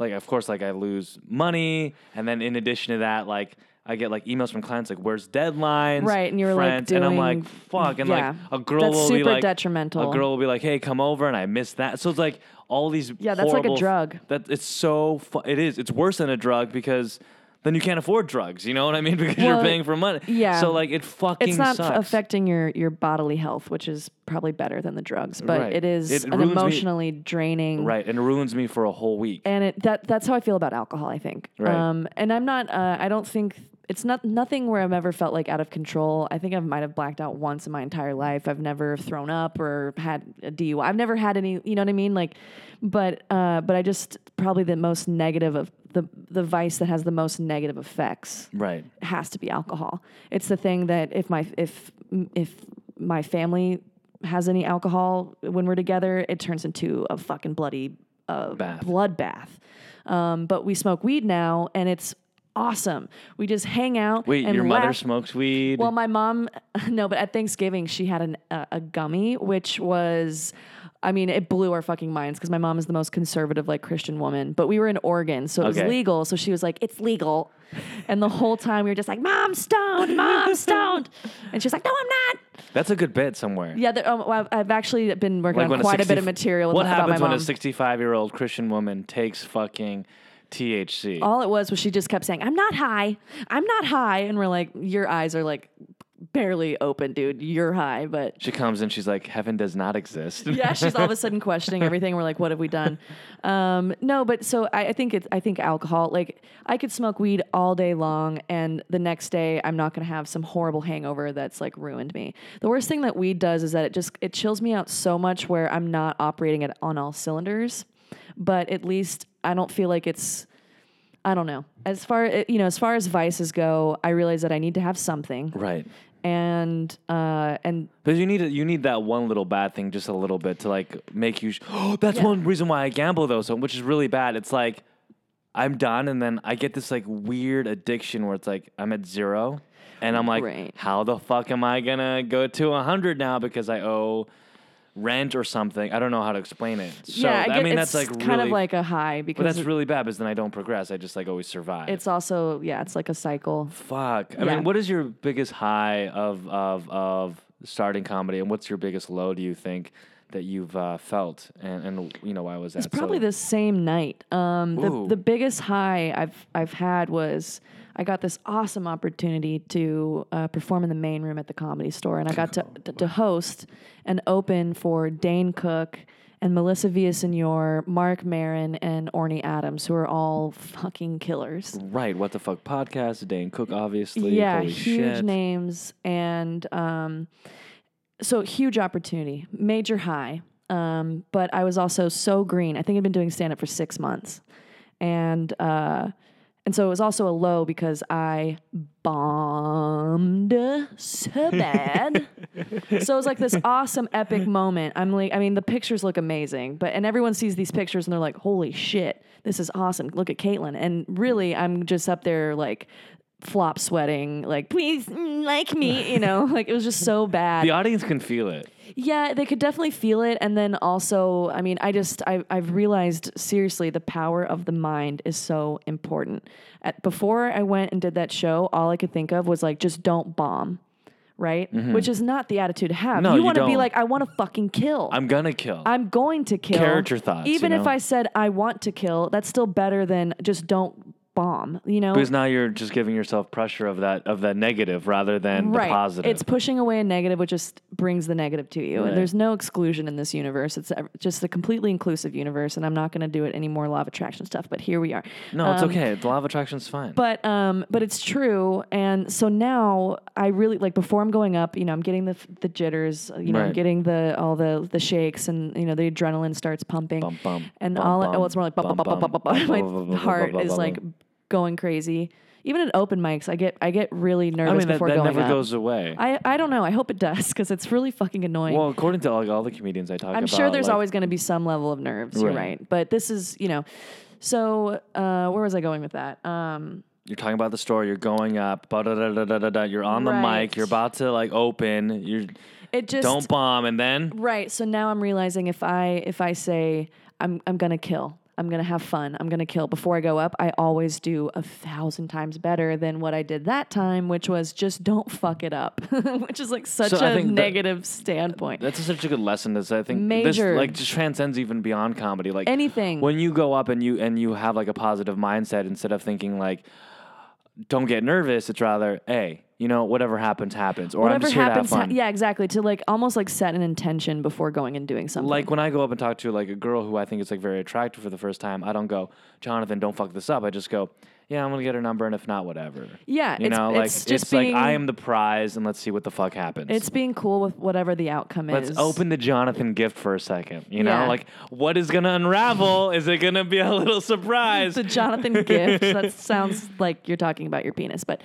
S1: like of course like I lose money and then in addition to that like I get like emails from clients like where's deadlines?
S3: Right, and you were, like,
S1: friends, and I'm like
S3: doing-
S1: fuck and
S3: yeah.
S1: like a girl
S3: That's
S1: will be
S3: super
S1: like
S3: detrimental.
S1: A girl will be like hey come over and I miss that. So it's like all these
S3: Yeah, that's like a
S1: horrible-
S3: drug.
S1: That it's so fu- it is. It's worse than a drug because then you can't afford drugs, you know what I mean? (laughs) Because
S3: Well,
S1: you're paying for money.
S3: yeah.
S1: So like it fucking
S3: It's not f-
S1: sucks.
S3: affecting your, your bodily health, which is probably better than the drugs, but
S1: Right.
S3: it is
S1: It
S3: an
S1: ruins me-
S3: emotionally draining
S1: right, and it ruins me for a whole week.
S3: and it that that's how I feel about alcohol. I think.
S1: Right.
S3: Um, and I'm not. Uh, I don't think it's not nothing where I've ever felt like out of control. I think I might have blacked out once in my entire life. I've never thrown up or had a DUI. I've never had any. You know what I mean? Like, but uh, but I just probably the most negative of the the vice that has the most negative effects
S1: right.
S3: has to be alcohol. It's the thing that if my if if my family has any alcohol when we're together, it turns into a fucking bloody uh,
S1: Bath.
S3: bloodbath. Um, but we smoke weed now, and it's awesome. We just hang out.
S1: Wait,
S3: and
S1: your mother
S3: laugh.
S1: smokes weed.
S3: Well, my mom, (laughs) no, but at Thanksgiving she had an, uh, a gummy, which was, I mean, it blew our fucking minds because my mom is the most conservative, like Christian woman. But we were in Oregon, so it
S1: Okay.
S3: was legal. So she was like, "It's legal," and the whole time we were just like, "Mom,
S1: (laughs)
S3: stoned, mom, stoned," and she's like, "No, I'm not."
S1: That's a good bit somewhere.
S3: Yeah, that, um, I've- I've actually been working
S1: when
S3: on quite a,
S1: 60
S3: bit of material
S1: What
S3: about
S1: happens
S3: my
S1: when
S3: mom.
S1: a 65 year old Christian woman takes fucking THC?
S3: all it was was she just kept saying, I'm not high. I'm not high. And we're like, your eyes are like barely open, dude. You're high. But
S1: She comes and she's like, heaven does not exist.
S3: yeah, she's all of
S1: (laughs)
S3: a sudden questioning everything. We're like, what have we done? Um, no, but so I, I think it's I think alcohol. Like I could smoke weed all day long, and the next day I'm not gonna have some horrible hangover that's like ruined me. The worst thing that weed does is that it just it chills me out so much where I'm not operating at on all cylinders. But at least I don't feel like it's I don't know. As far eh, you know, as far as vices go, I realize that I need to have something,
S1: Right.
S3: and uh, and
S1: But you need you need that one little bad thing just a little bit to like make you. Sh- (gasps) oh, that's one reason why I gamble though, so which is really bad. It's like I'm done, and then I get this like weird addiction where it's like I'm at zero, and I'm like,
S3: Right.
S1: how the fuck am I gonna go to a hundred now because I owe rent or something? I don't know how to explain it. So
S3: yeah, I, get,
S1: mean
S3: it's
S1: that's like
S3: kind
S1: really-
S3: of like a high because
S1: But that's
S3: it-
S1: really bad because then I don't progress. I just like always survive.
S3: it's also yeah, it's like a cycle.
S1: fuck. I
S3: yeah.
S1: mean, what is your biggest high of of of starting comedy, and what's your biggest low? Do you think that you've uh, felt, and and you know why was that?
S3: It's probably the same night. Um, the,
S1: Ooh.
S3: the biggest high I've I've had was I got this awesome opportunity to uh, perform in the main room at the Comedy Store, and I got to to, to host and open for Dane Cook and Melissa Villasenor, Mark Marin, and Orny Adams, who are all fucking killers.
S1: right. What the fuck podcast? Dane Cook, obviously.
S3: Yeah,
S1: Holy
S3: huge
S1: shit.
S3: names and um, so huge opportunity, major high. Um, but I was also so green. I think I'd been doing stand up for six months, and uh, And so it was also a low because I bombed
S1: (laughs)
S3: so bad. so it was like this awesome epic moment. I'm like, I mean, the pictures look amazing, but and everyone sees these pictures and they're like, holy shit, this is awesome. Look at Caitlyn. And really, I'm just up there like flop sweating, like, please mm, like me, you know, (laughs) like it was just so bad.
S1: The audience can feel it.
S3: Yeah, they could definitely feel it. And then also, I mean, I just, I, I've realized seriously the power of the mind is so important. At, before I went and did that show, all I could think of was like, just don't bomb, right? Which is not the attitude to have.
S1: Mm-hmm. No, you
S3: want to be
S1: don't.
S3: like, I want to fucking kill.
S1: I'm gonna kill.
S3: I'm going to kill.
S1: Character thoughts, you
S3: Even if
S1: know?
S3: I said I want to kill, that's still better than just don't bomb, you know?
S1: because now you're just giving yourself pressure of that of that negative rather than
S3: right.
S1: the positive.
S3: It's pushing away a negative, which just brings the negative to you.
S1: Right.
S3: And there's no exclusion in this universe. It's ev- just a completely inclusive universe. And I'm not going to do it any more law of attraction stuff. But here we are.
S1: no, it's okay. The law of attraction's fine.
S3: But um, but it's true. And so now I really like before I'm going up. You know, I'm getting the f- the jitters. uh, You know, I'm
S1: Right.
S3: getting the all the the shakes, and you know, the adrenaline starts pumping.
S1: Bum, bum,
S3: and
S1: bum,
S3: all I-
S1: bum,
S3: well, it's more like bum,
S1: bum,
S3: bum, bum,
S1: bum,
S3: bum, (laughs) bum,
S1: bum,
S3: my
S1: bum, bum, bum,
S3: heart
S1: bum,
S3: is
S1: bum,
S3: like
S1: bum.
S3: going crazy. Even at open mics, I get I get really
S1: I
S3: nervous
S1: mean, that,
S3: before
S1: that
S3: going
S1: never
S3: up.
S1: goes away.
S3: I, I don't know. I hope it does because it's really fucking annoying.
S1: well, according to like, all the comedians I talk about,
S3: I'm sure there's
S1: like,
S3: always going to be some level of nerves. You're
S1: Right.
S3: right. But this is, you know, so uh, where was I going with that? Um,
S1: you're talking about the story. You're going up. ba- Da, da, da, da, da, da, you're on the
S3: Right.
S1: mic. You're about to like open. You
S3: it just
S1: don't bomb, and then
S3: right. So now I'm realizing if I if I say I'm I'm gonna kill. I'm gonna have fun. I'm gonna kill. Before I go up, I always do a thousand times better than what I did that time, which was just don't fuck it up, (laughs) which is like such
S1: So I
S3: a
S1: think that-
S3: negative standpoint.
S1: that's such a good lesson. Is I think
S3: Major.
S1: this like just transcends even beyond comedy. Like
S3: Anything.
S1: when you go up and you and you have like a positive mindset instead of thinking like, don't get nervous. It's rather, hey, you know, whatever happens happens, or I'm
S3: Whatever
S1: just here
S3: happens,
S1: to
S3: ha-
S1: have fun.
S3: yeah, exactly. To like almost like set an intention before going and doing something.
S1: Like when I go up and talk to like a girl who I think is like very attractive for the first time, I don't go, Jonathan, don't fuck this up. I just go, yeah, I'm gonna get her number, and if not, whatever.
S3: Yeah,
S1: you
S3: it's-
S1: know, like
S3: it's
S1: it's,
S3: just
S1: like
S3: being-
S1: I am the prize, and let's see what the fuck happens.
S3: It's being cool with whatever the outcome
S1: let's
S3: is.
S1: open the Jonathan gift for a second. You know,
S3: Yeah.
S1: like what is gonna
S3: (laughs)
S1: unravel? is it gonna be a little surprise? (laughs)
S3: the Jonathan gift. That sounds like you're talking about your penis, but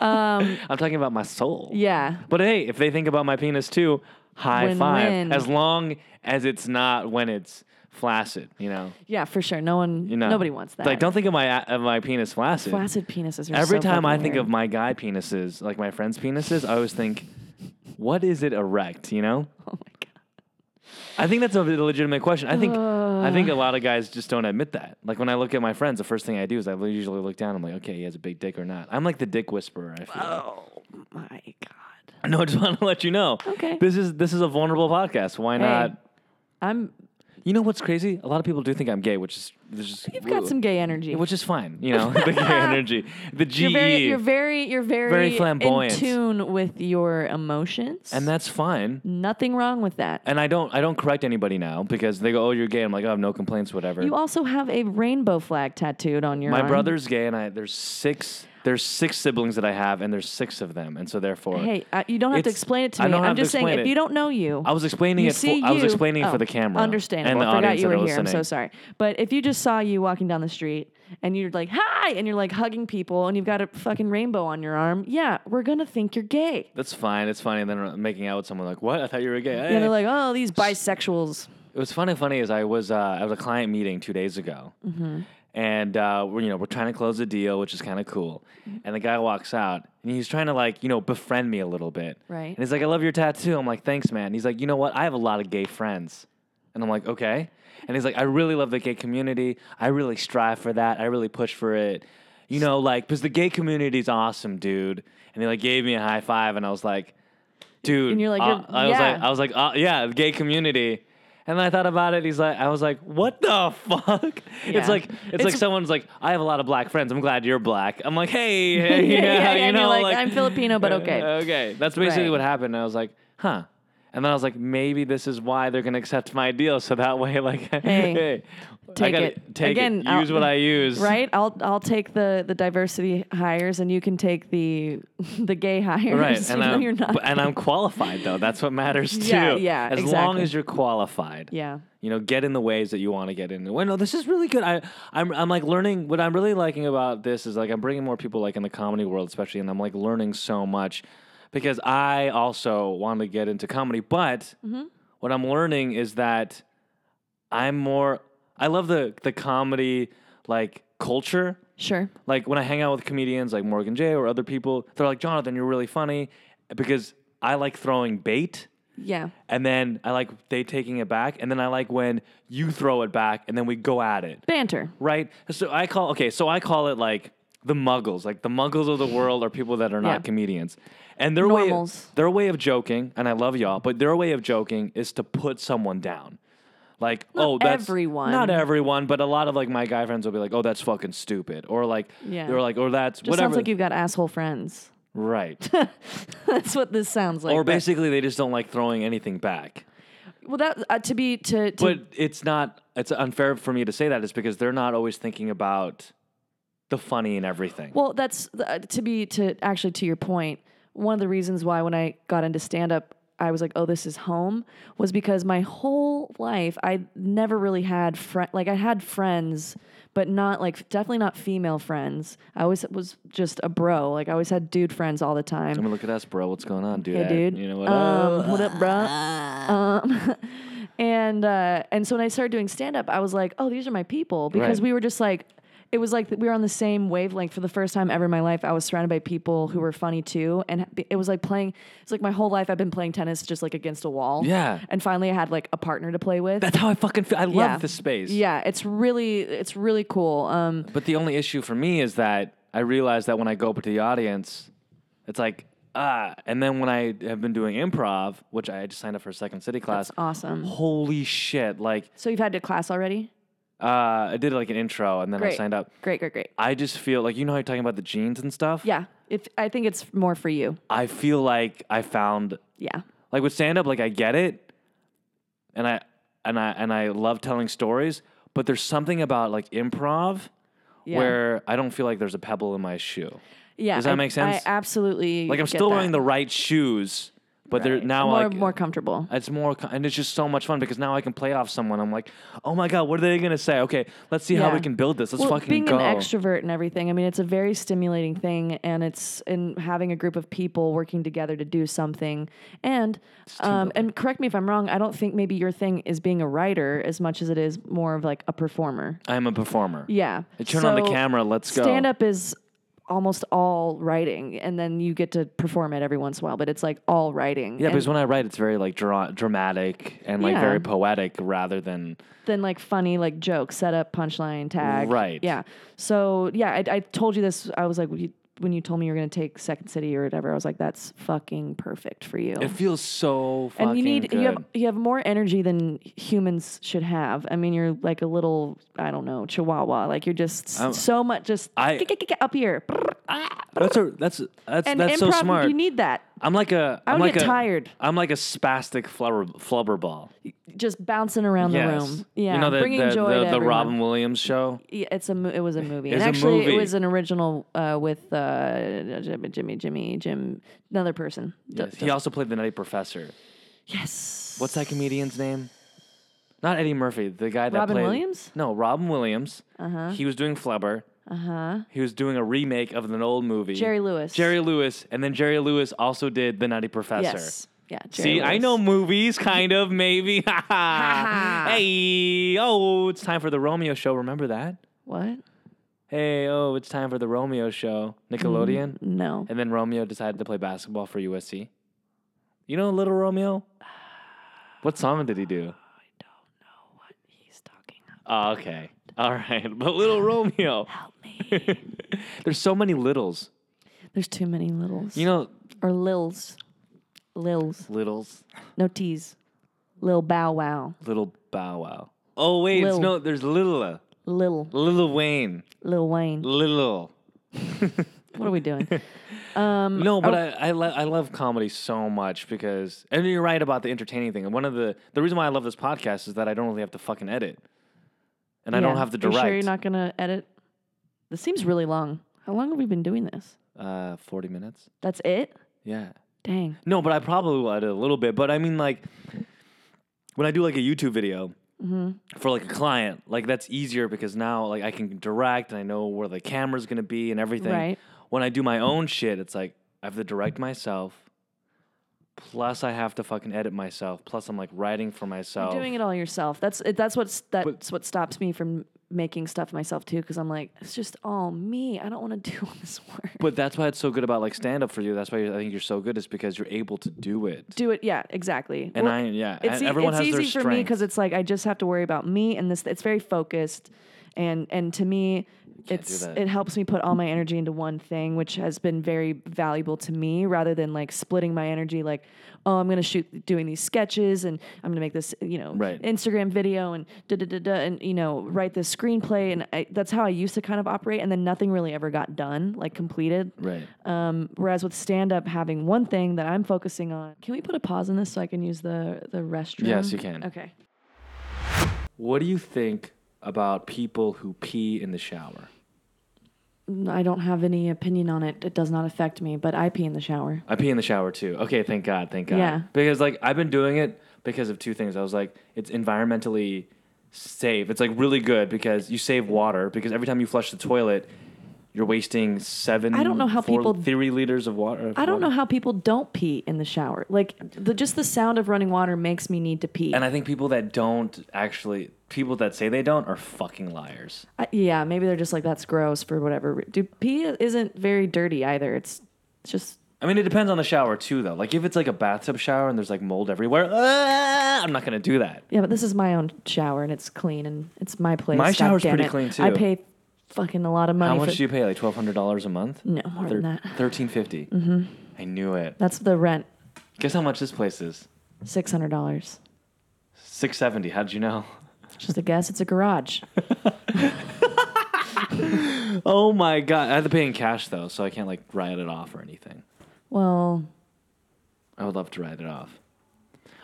S3: um,
S1: I'm talking about my soul.
S3: yeah,
S1: But hey, if they think about my penis too, high five.
S3: Win-win.
S1: As long as it's not when it's flaccid, you know.
S3: yeah, for sure. No one,
S1: You know,
S3: nobody wants that.
S1: Like, don't think of my of my penis flaccid.
S3: flaccid penises. Are
S1: Every
S3: so
S1: time I
S3: fucking
S1: think
S3: weird.
S1: of my guy penises, like my friends' penises, I always think, what is it erect? You know?
S3: (laughs) oh my god,
S1: I think that's a legitimate question. I think I think a lot of guys just don't admit that. Like when I look at my friends, the first thing I do is I usually look down. I'm like, okay, he has a big dick or not. I'm like the dick whisperer. I feel. (laughs)
S3: oh my god.
S1: No, I just want to let you know.
S3: Okay.
S1: This is this is a vulnerable podcast. Why
S3: Hey,
S1: not?
S3: I'm.
S1: You know what's crazy? A lot of people do think I'm gay, which is, which is
S3: You've got some gay energy.
S1: which is fine. You
S3: (laughs)
S1: know, the gay energy, the E. GE,
S3: you're very, you're very, you're very,
S1: flamboyant.
S3: in tune with your emotions,
S1: and that's fine.
S3: nothing wrong with that.
S1: and I don't I don't correct anybody now because they go, "Oh, you're gay." I'm like, "Oh, I have no complaints, whatever."
S3: you also have a rainbow flag tattooed on your.
S1: My
S3: arm.
S1: brother's gay, and I there's six there's six siblings that I have, and there's six of them, and so therefore,
S3: Hey, uh, you don't have to
S1: It's-
S3: explain it to
S1: I
S3: me.
S1: don't
S3: I'm
S1: have to
S3: just saying,
S1: explain
S3: if
S1: it.
S3: you don't know you,
S1: I was explaining
S3: you
S1: it. For,
S3: see
S1: I was
S3: you-
S1: explaining it
S3: oh,
S1: for the camera. And
S3: Understandable.
S1: the
S3: I forgot
S1: audience
S3: you
S1: that
S3: were
S1: are
S3: here. I'm so
S1: listening.
S3: sorry. But if you just saw you walking down the street and you're like, "Hi," and you're like hugging people, and you've got a fucking rainbow on your arm, yeah, we're gonna think you're gay.
S1: That's fine. It's funny. And then I'm making out with someone like, "What? I thought you were gay."
S3: And
S1: Hey.
S3: they're like, "Oh, these bisexuals." (laughs)
S1: It was funny. Funny is I was uh, at a client meeting two days ago,
S3: Mm-hmm.
S1: and uh, we're you know we're trying to close a deal, which is kind of cool. And the guy walks out, and he's trying to like you know befriend me a little bit.
S3: Right.
S1: And he's like, "I love your tattoo." I'm like, "Thanks, man." He's like, "You know what? I have a lot of gay friends," and I'm like, "Okay." And he's like, "I really love the gay community. I really strive for that. I really push for it." You know, like, because the gay community's awesome, dude. And he like gave me a high five, and I was like, dude.
S3: And you're like,
S1: uh,
S3: you're-
S1: I was like,
S3: yeah.
S1: I was like, uh, yeah, the gay community. And then I thought about it. He's like, I was like, what the (laughs) fuck?
S3: Yeah.
S1: It's like, it's, like
S3: It's-
S1: someone's like, I have a lot of black friends. I'm glad you're black. I'm like, hey, (laughs) yeah,
S3: (laughs) yeah, yeah,
S1: you
S3: and you're
S1: know, (laughs)
S3: like, I'm Filipino, but
S1: uh,
S3: okay.
S1: okay. That's basically
S3: Right.
S1: what happened. And I was like, huh. And then I was like, maybe this is why they're gonna accept my deal, so that way, (laughs) like, hey, I
S3: take
S1: gotta
S3: it.
S1: take
S3: Again,
S1: it, use
S3: I'll-
S1: what I use,
S3: Right? I'll I'll take the the diversity hires and you can take the (laughs) the gay
S1: (laughs)
S3: hires. (laughs)
S1: Right,
S3: even
S1: and
S3: though
S1: I'm,
S3: you're not.
S1: but- and I'm qualified though. That's what matters too.
S3: (laughs) Yeah, yeah,
S1: As long
S3: exactly.
S1: as you're qualified,
S3: yeah.
S1: you know, get in the ways that you want to get in. Well, no, this is really good. I, I'm, I'm like learning. What I'm really liking about this is like I'm bringing more people like in the comedy world, especially, and I'm like learning so much because I also want to get into comedy. But what I'm learning is that I'm more. I love the the comedy like culture
S3: Sure.
S1: like when I hang out with comedians like Morgan Jay or other people, they're like, Jonathan, you're really funny because I like throwing bait
S3: Yeah.
S1: and then I like they taking it back and then I like when you throw it back and then we go at it.
S3: Banter.
S1: Right? So I call okay, so I call it like the muggles. Like the muggles of the world are people that are not
S3: Yeah.
S1: comedians. And their
S3: Normals.
S1: way their way of joking, and I love y'all, but their way of joking is to put someone down. Like, oh, that's
S3: everyone.
S1: Not everyone, but a lot of like my guy friends will be like, "Oh, that's fucking stupid," or like,
S3: Yeah.
S1: they're like, "Or that's
S3: Just
S1: whatever."
S3: sounds like you've got asshole friends. (laughs)
S1: right?
S3: That's what this sounds like.
S1: or
S3: but-
S1: basically, they just don't like throwing anything back.
S3: well, that uh, to be to, to
S1: But it's not. It's unfair for me to say that. It's because they're not always thinking about the funny in everything.
S3: Well, that's uh, to be to actually to your point. One of the reasons why when I got into stand up, I was like, "Oh, this is home," was because my whole life I never really had friend like I had friends, but not like definitely not female friends. I always was just a bro. Like I always had dude friends all the time.
S1: I mean, look at us, bro. What's going on, dude?
S3: Hey, dude.
S1: You know what? Uh,
S3: Um, what up,
S1: (laughs)
S3: bruh? Um, (laughs) and uh, and so when I started doing stand up, I was like, oh, these are my people because
S1: Right.
S3: we were just like, it was like we were on the same wavelength for the first time ever in my life. I was surrounded by people who were funny too, and it was like playing. It's like my whole life I've been playing tennis just like against a wall.
S1: Yeah.
S3: And finally, I had like a partner to play with.
S1: that's how I fucking feel. I love
S3: yeah.
S1: this space.
S3: Yeah, it's really it's really cool. Um,
S1: But the only issue for me is that I realize that when I go up to the audience, it's like ah. And then when I have been doing improv, which I just signed up for a second city class.
S3: it's awesome.
S1: Holy shit! Like
S3: So you've had to class already?
S1: uh, I did like an intro and then I
S3: Great.
S1: signed up.
S3: Great, great, great.
S1: I just feel like you know how you're talking about the jeans and stuff.
S3: Yeah, if I think it's more for you.
S1: I feel like I found
S3: Yeah.
S1: like with stand up, like I get it, and I and I and I love telling stories, but there's something about like improv
S3: Yeah.
S1: where I don't feel like there's a pebble in my shoe.
S3: Yeah.
S1: Does that
S3: I-
S1: make sense?
S3: I absolutely.
S1: Like I'm
S3: get
S1: still
S3: that.
S1: wearing the right shoes, but they're
S3: Right.
S1: now
S3: more,
S1: like
S3: more comfortable.
S1: It's more, co- and it's just so much fun because now I can play off someone. I'm like, oh my god, what are they gonna say? Okay, let's see how
S3: Yeah.
S1: we can build this. Let's
S3: well,
S1: fucking
S3: being
S1: go.
S3: an extrovert and everything, I mean, it's a very stimulating thing, and it's in having a group of people working together to do something. And um, and correct me if I'm wrong. I don't think maybe your thing is being a writer as much as it is more of like a performer.
S1: I'm a performer.
S3: Yeah.
S1: Turn on the
S3: So
S1: camera. Let's go.
S3: Stand up is almost all writing, and then you get to perform it every once in a while. But it's like all writing.
S1: Yeah,
S3: and
S1: because when I write, it's very like dra- dramatic and like
S3: Yeah.
S1: very poetic rather than
S3: than like funny like joke setup punchline tag
S1: Right.
S3: yeah so yeah i, I told you this i was like when you, when you told me you were going to take second city or whatever i was like that's fucking perfect for you
S1: It feels so fucking
S3: and you need
S1: good.
S3: you have you have more energy than humans should have i mean you're like a little i don't know chihuahua like you're just s-
S1: I'm-
S3: so much just
S1: I-
S3: up here
S1: that's a, that's that's
S3: and
S1: that's so
S3: improv
S1: smart.
S3: you need that
S1: I'm like a
S3: I
S1: am
S3: would
S1: like
S3: get
S1: a,
S3: tired.
S1: I'm like a spastic flubber, flubber ball.
S3: just bouncing around
S1: yes.
S3: the room yeah
S1: You know the
S3: bringing
S1: the,
S3: joy
S1: the,
S3: to
S1: the
S3: everyone.
S1: Robin Williams show.
S3: Yeah, it's a mo-
S1: (laughs)
S3: it was a movie. and
S1: It's a
S3: actually,
S1: movie.
S3: it was an original uh, with uh, Jimmy, Jimmy, Jimmy, Jim, another person. D-
S1: Yes. He also played the Nutty Professor.
S3: yes.
S1: What's that comedian's name? Not Eddie Murphy, the guy that
S3: Robin
S1: played
S3: Williams?
S1: No, Robin Williams. Uh-huh. He was doing Flubber. Uh-huh. He was doing a remake of an old movie.
S3: Jerry Lewis.
S1: Jerry Lewis, and then Jerry Lewis also did The Nutty Professor.
S3: Yes. Yeah. Jerry
S1: See, I
S3: Lewis.
S1: know movies, kind of, maybe. (laughs) hey, oh, it's time for the Romeo show. Remember that?
S3: What?
S1: Hey, oh, it's time for the Romeo show. Nickelodeon.
S3: No.
S1: And then Romeo decided to play basketball for USC. You know Little Romeo? What song did he do?
S3: He's talking.
S1: Oh, okay. All right. But
S3: (laughs)
S1: Little Romeo.
S3: Help me.
S1: (laughs) There's so many littles.
S3: There's too many littles.
S1: You know,
S3: or lils, lils.
S1: littles.
S3: No T's. Lil Bow Wow.
S1: Little Bow Wow. Oh, wait. it's
S3: Lil.
S1: no, there's Lil.
S3: Lil
S1: Lil Wayne.
S3: Lil Wayne.
S1: Lil.
S3: What are we doing? Um,
S1: No, but (laughs)
S3: Oh.
S1: I I, lo- I love comedy so much because and you're right about the entertaining thing. And one of the the reason why I love this podcast is that I don't really have to fucking edit, and I don't
S3: Yeah.
S1: have to
S3: You
S1: direct.
S3: sure you're not gonna edit? This seems really long. How long have we been doing this?
S1: uh, Forty minutes.
S3: That's it?
S1: Yeah.
S3: Dang.
S1: No, but I probably will edit a little bit. But I mean, like when I do like a YouTube video
S3: Mm-hmm.
S1: for like a client, like that's easier because now like I can direct and I know where the camera's gonna be and everything.
S3: Right.
S1: When I do my own shit, it's like I have to direct myself. Plus, I have to fucking edit myself. Plus, I'm like writing for myself.
S3: You're doing it all yourself. That's it, that's what's that's what stops me from making stuff myself too. Because I'm like, it's just all me. I don't want to (laughs) do all this work.
S1: But that's why it's so good about like stand up for you. That's why you're, I think you're so good is because you're able to do it.
S3: do it. Yeah, exactly.
S1: And
S3: Well,
S1: I yeah,
S3: it's,
S1: and
S3: e-
S1: everyone
S3: it's
S1: has
S3: easy
S1: their
S3: for
S1: strength.
S3: me because it's like I just have to worry about me and this. It's very focused, and and to me, it's
S1: that.
S3: it helps me put all my energy into one thing, which has been very valuable to me rather than like splitting my energy. Like, oh, I'm gonna shoot doing these sketches, and I'm gonna make this you know
S1: Right.
S3: Instagram video, and da da da da, and you know write this screenplay, and I, that's how I used to kind of operate, and then nothing really ever got done, like completed.
S1: right.
S3: Um, whereas with stand up, having one thing that I'm focusing on. Can we put a pause in this so I can use the the restroom?
S1: Yes, you can.
S3: Okay.
S1: What do you think about people who pee in the shower?
S3: Mm, I don't have any opinion on it. It does not affect me, but I pee in the shower.
S1: I pee in the shower too. Okay, thank God, thank God.
S3: Yeah.
S1: Because like I've been doing it because of two things. I was like, it's environmentally safe. It's like really good because you save water because every time you flush the toilet, you're wasting seven.
S3: I don't know how
S1: four,
S3: people-
S1: three liters of water.
S3: I don't know how people don't pee in the shower. Like the just the sound of running water makes me need to pee.
S1: And I think people that don't actually, people that say they don't, are fucking liars.
S3: I- yeah, maybe they're just like that's gross for whatever. re- Do pee isn't very dirty either. It's it's just
S1: I mean, it depends on the shower too, though. Like if it's like a bathtub shower and there's like mold everywhere, ah, I'm not gonna do that.
S3: yeah, but this is my own shower and it's clean and it's my place.
S1: My
S3: God
S1: shower's
S3: damn
S1: pretty
S3: it.
S1: clean,
S3: I
S1: too.
S3: pay fucking a lot of money.
S1: How much
S3: for,
S1: do you pay? Like twelve hundred dollars a month?
S3: No, more than that.
S1: Thirteen fifty. Mm-hmm. I knew it.
S3: That's the rent.
S1: Guess how much this place is?
S3: Six hundred dollars.
S1: Six seventy. How'd you know?
S3: Just a guess. It's a garage.
S1: (laughs) Oh my god! I had to pay in cash though, so I can't like write it off or anything.
S3: Well,
S1: I would love to write it off.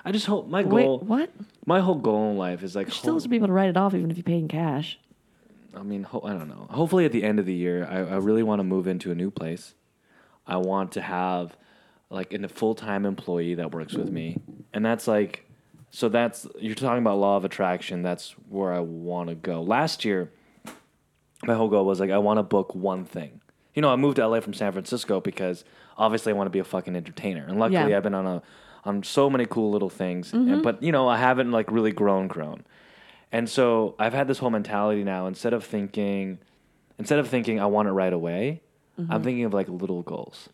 S1: I just hope my
S3: wait,
S1: goal,
S3: what?
S1: my whole goal in life is like.
S3: You're still
S1: ho-
S3: supposed to be able to write it off even if you pay in cash.
S1: I mean, ho- I don't know. Hopefully, at the end of the year, I, I really want to move into a new place. I want to have like an- a full time employee that works with me, and that's like, so that's you're talking about law of attraction. That's where I want to go. Last year, my whole goal was like, I want to book one thing. You know, I moved to LA from San Francisco because obviously I want to be a fucking entertainer, and luckily
S3: Yeah.
S1: I've been on a on so many cool little things. And, but you know, I haven't like really grown, grown. And so I've had this whole mentality now. Instead of thinking, instead of thinking I want it right away, I'm thinking of like little goals.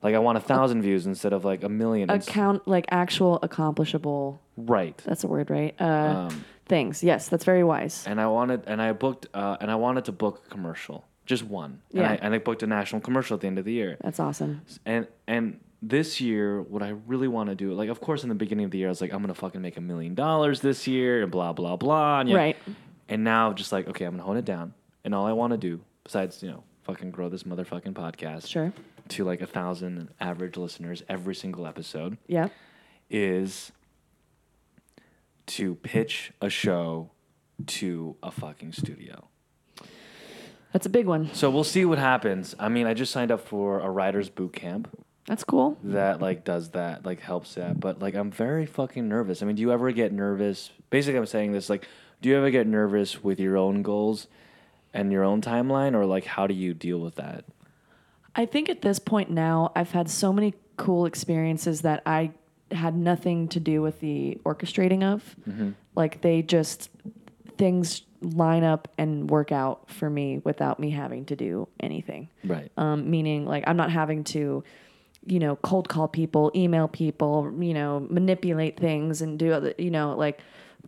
S1: Like I want a thousand views instead of like a million. It's-
S3: Account like actual accomplishable.
S1: right.
S3: That's a word, right? Uh, things. Yes, that's very wise.
S1: And I wanted, and I booked, uh, and I wanted to book a commercial, just one. And,
S3: Yeah.
S1: I, and I booked a national commercial at the end of the year.
S3: That's awesome.
S1: And and this year, what I really want to do, like, of course, in the beginning of the year, I was like, I'm gonna fucking make a million dollars this year, and blah blah blah. And, you know,
S3: Right.
S1: And now, just like, okay, I'm gonna hone it down, and all I want to do, besides, you know, fucking grow this motherfucking podcast
S3: Sure.
S1: to like a thousand average listeners every single episode,
S3: Yeah.
S1: is to pitch a show to a fucking studio.
S3: That's a big one.
S1: So we'll see what happens. I mean, I just signed up for a writer's boot camp.
S3: That's cool.
S1: that like does that like helps that but like i'm very fucking nervous i mean do you ever get nervous basically i'm saying this like do you ever get nervous with your own goals and your own timeline or like how do you deal with that
S3: I think at this point now, I've had so many cool experiences that I had nothing to do with the orchestrating of. Like they just things line up and work out for me without me having to do anything.
S1: right
S3: Um, meaning, like I'm not having to, you know, cold call people, email people, you know, manipulate things and do other, you know, like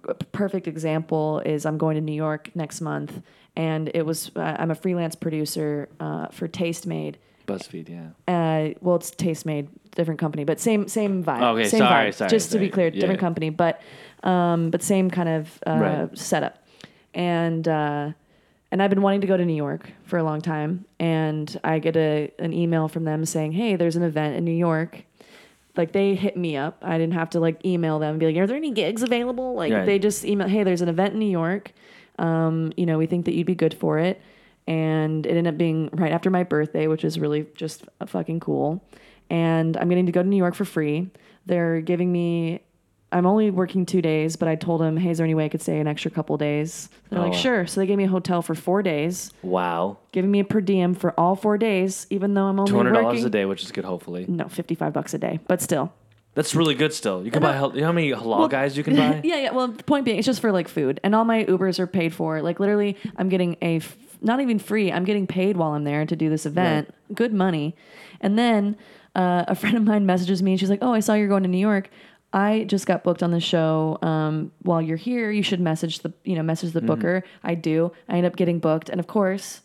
S3: a p- perfect example is I'm going to New York next month, and it was uh, I'm a freelance producer uh, for Taste Made
S1: buzzfeed yeah
S3: uh, well, it's Taste Made, different company, but same same vibe.
S1: Oh, Okay,
S3: same
S1: sorry,
S3: vibe.
S1: sorry,
S3: Just to
S1: sorry.
S3: be clear,
S1: Yeah.
S3: different company, but um, but same kind of uh,
S1: Right.
S3: setup. And uh, And I've been wanting to go to New York for a long time. And I get a, an email from them saying, hey, there's an event in New York. Like they hit me up. I didn't have to like email them and be like, are there any gigs available? Like
S1: Right.
S3: they just email, hey, there's an event in New York. Um, you know, we think that you'd be good for it. And it ended up being right after my birthday, which is really just fucking cool. And I'm getting to go to New York for free. They're giving me, I'm only working two days, but I told them, hey, is there any way I could stay an extra couple days? They're like,
S1: Oh.
S3: sure. So they gave me a hotel for four days,
S1: Wow.
S3: giving me a per diem for all four days, even though I'm only
S1: Two hundred dollars
S3: working-
S1: a day, which is good. Hopefully,
S3: No, 55 bucks a day, but still.
S1: that's really good. Still, you can buy. hel- You know how many halal guys you
S3: (laughs)
S1: can buy?
S3: yeah, yeah. Well, the point being, it's just for like food, and all my Ubers are paid for. Like literally, I'm getting a f- not even free. I'm getting paid while I'm there to do this event. Good money. And then uh, a (laughs) friend of mine messages me, and she's like, "Oh, I saw you're going to New York." I just got booked on the show. Um, while you're here, you should message the you know message
S1: Mm.
S3: the booker. I do. I end up getting booked, and of course,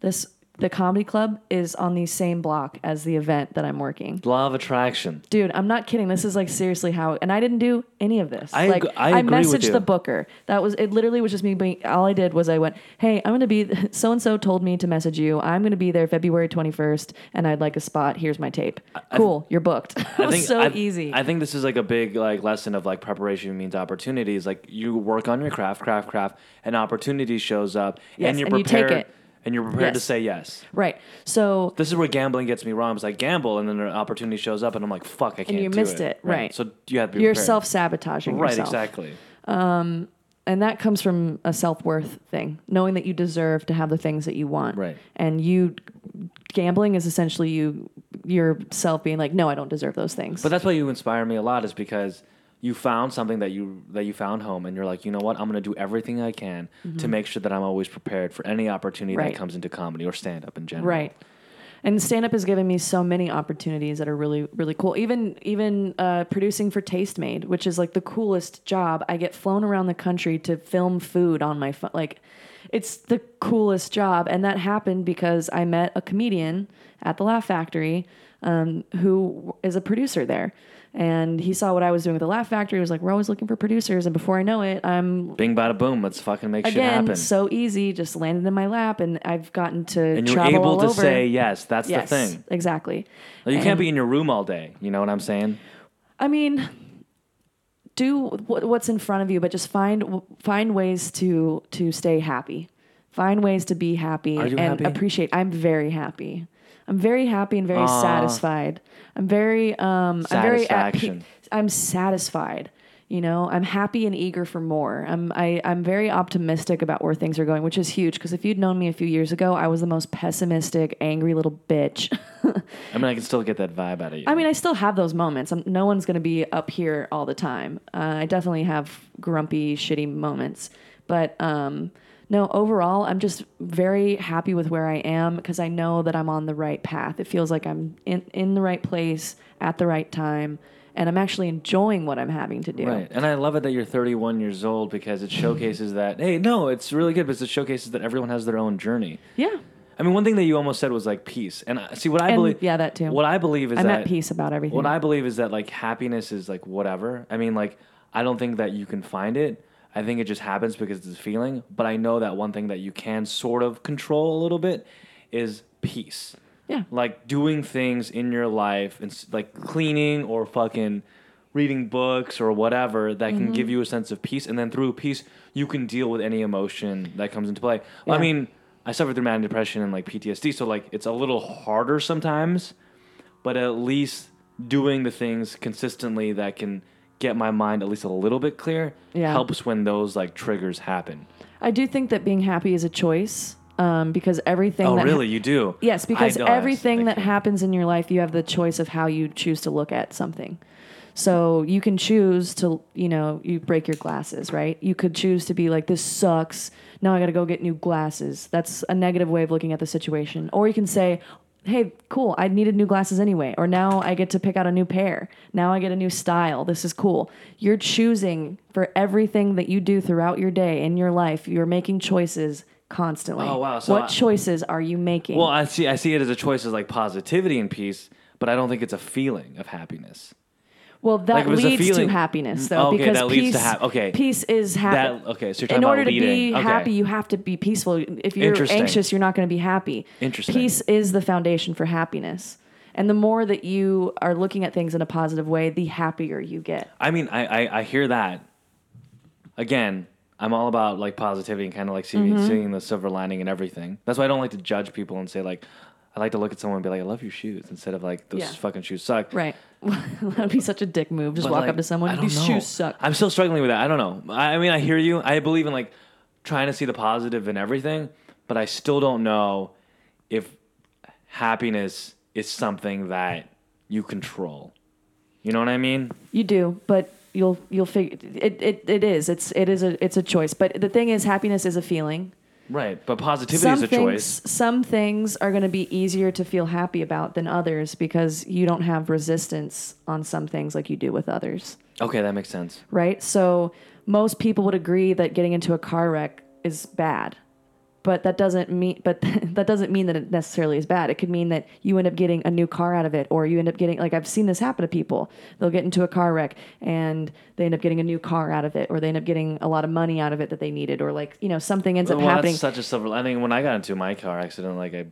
S3: this the comedy club is on the same block as the event that I'm working.
S1: Law of attraction.
S3: Dude, I'm not kidding. This is like seriously how, and I didn't do any of this.
S1: I
S3: like
S1: ag- I agree
S3: messaged
S1: with you.
S3: the booker. That was it. Literally was just me. Being, all I did was I went, "Hey, I'm gonna be (laughs) so and so told me to message you. I'm gonna be there February 21st, and I'd like a spot. Here's my tape. cool, you're (laughs) booked. it was so
S1: I,
S3: easy.
S1: I think this is like a big like lesson of like preparation means opportunities. Like you work on your craft, craft, craft, and opportunity shows up,
S3: Yes,
S1: and you're
S3: and you take
S1: prepared.
S3: it.
S1: And you're prepared to
S3: Yes.
S1: say yes.
S3: right. So
S1: This is where gambling gets me wrong. It's like gamble, and then an opportunity shows up, and I'm like, "Fuck, I can't."
S3: you
S1: do
S3: missed it,
S1: it,
S3: right.
S1: So you have to be
S3: you're
S1: prepared.
S3: self sabotaging
S1: Right,
S3: yourself.
S1: exactly.
S3: and that comes from a self-worth thing knowing that you deserve to have the things that you want
S1: Right.
S3: and you gambling is essentially you yourself being like no i don't deserve those things
S1: But that's why you inspire me a lot is because you found something that you that you found home and you're like, you know what, I'm gonna do everything I can to make sure that I'm always prepared for any opportunity
S3: Mm-hmm. Right.
S1: that comes into comedy or stand up in general.
S3: right and stand up has given me so many opportunities that are really really cool even even uh, producing for taste made which is like the coolest job i get flown around the country to film food on my phone like it's the coolest job and that happened because i met a comedian at the laugh factory um, who is a producer there and he saw what i was doing with the laugh factory he was like we're always looking for producers and before i know it i'm
S1: Bing bada boom, let's fucking make shit
S3: again
S1: happen.
S3: so easy just landed in my lap and i've gotten to
S1: and you're
S3: travel
S1: able
S3: all
S1: to
S3: over.
S1: say yes, that's
S3: Yes,
S1: the thing.
S3: exactly.
S1: Like, you
S3: And-
S1: can't be in your room all day. You know what I'm saying?
S3: I mean, do what, what's in front of you, but just find find ways to to stay happy. Find ways to be happy
S1: Are you
S3: and
S1: happy?
S3: appreciate. I'm very happy. I'm very happy and very satisfied. I'm very um I'm very at pe-
S1: Satisfaction.
S3: I'm satisfied. You know, I'm happy and eager for more. I'm I, I'm very optimistic about where things are going, which is huge. Because if you'd known me a few years ago, I was the most pessimistic, angry little bitch. (laughs)
S1: I mean, I can still get that vibe out of you.
S3: I mean, I still have those moments. I'm, no one's going to be up here all the time. Uh, I definitely have grumpy, shitty moments. But um, no, overall, I'm just very happy with where I am because I know that I'm on the right path. It feels like I'm in, in the right place at the right time. And I'm actually enjoying what I'm having to do.
S1: Right. And I love it that you're 31 years old because it showcases that, hey, no, it's really good because it showcases that everyone has their own journey.
S3: Yeah.
S1: I mean, one thing that you almost said was like peace. And I- see, what I
S3: And-
S1: believe.
S3: yeah, that too.
S1: What I believe is
S3: I'm
S1: that
S3: at peace about everything.
S1: What I believe is that like happiness is like whatever. I mean, like I don't think that you can find it. I think it just happens because it's a feeling. But I know that one thing that you can sort of control a little bit is peace.
S3: yeah.
S1: Like doing things in your life and s- like cleaning or fucking reading books or whatever that can
S3: Mm-hmm.
S1: give you a sense of peace. And then through peace, you can deal with any emotion that comes into play. Well, I
S3: Yeah.
S1: mean, I suffered through manic depression and like PTSD, so like it's a little harder sometimes but at least doing the things consistently that can get my mind at least a little bit clear
S3: Yeah.
S1: helps when those like triggers happen.
S3: I do think that being happy is a choice um, because everything
S1: Oh,
S3: that
S1: really? You do?
S3: Yes,
S1: I
S3: because
S1: know, I was
S3: everything that
S1: thinking.
S3: happens in your life, you have the choice of how you choose to look at something. So you can choose to, you know, you break your glasses, right? You could choose to be like, this sucks. Now I got to go get new glasses. That's a negative way of looking at the situation. Or you can say, hey, cool, I needed new glasses anyway. Or now I get to pick out a new pair. Now I get a new style. This is cool. You're choosing for everything that you do throughout your day in your life, you're making choices constantly.
S1: Oh, wow. So
S3: what
S1: I-
S3: choices are you making?
S1: Well, I see. I see it as a choice as like positivity and peace, but I don't think it's a feeling of happiness.
S3: Well, that
S1: Like, it was a
S3: leads to
S1: feeling-
S3: happiness, though,
S1: Okay,
S3: because
S1: that
S3: peace,
S1: leads to hap- okay.
S3: peace is happy.
S1: That- okay, so you're
S3: in
S1: talking about
S3: order to be
S1: leading. Okay.
S3: happy, you have to be peaceful. If you're
S1: Interesting.
S3: anxious, you're not going to be happy.
S1: Interesting.
S3: Peace is the foundation for happiness, and the more that you are looking at things in a positive way, the happier you get.
S1: I mean, I, I, I hear that. Again, I'm all about like positivity and kind of like seeing,
S3: Mm-hmm.
S1: seeing the silver lining and everything. That's why I don't like to judge people and say like, I like to look at someone and be like, I love your shoes instead of like those
S3: Yeah.
S1: fucking shoes suck.
S3: Right. (laughs) that would be such a dick move. Just
S1: But,
S3: walk
S1: like,
S3: up to someone.
S1: I don't
S3: These
S1: know.
S3: shoes suck.
S1: I'm still struggling with that. I don't know. I, I mean, I hear you. I believe in like trying to see the positive in everything, but I still don't know if happiness is something that you control. You know what I mean?
S3: You do, but you'll you'll figure it, it. It is. It's it is a it's a choice. But the thing is, happiness is a feeling.
S1: Right. But positivity
S3: some
S1: is a
S3: things,
S1: choice.
S3: Some things are going to be easier to feel happy about than others because you don't have resistance on some things like you do with others,
S1: Okay, that makes sense.
S3: right? So most people would agree that getting into a car wreck is bad. But that doesn't mean but (laughs) that doesn't mean that it necessarily is bad. It could mean that you end up getting a new car out of it or you end up getting like I've seen this happen to people. They'll get into a car wreck and they end up getting a new car out of it or they end up getting a lot of money out of it that they needed or like, you know, something ends up
S1: well,
S3: happening.
S1: that's such a silver. I mean, when I got into my car accident, like I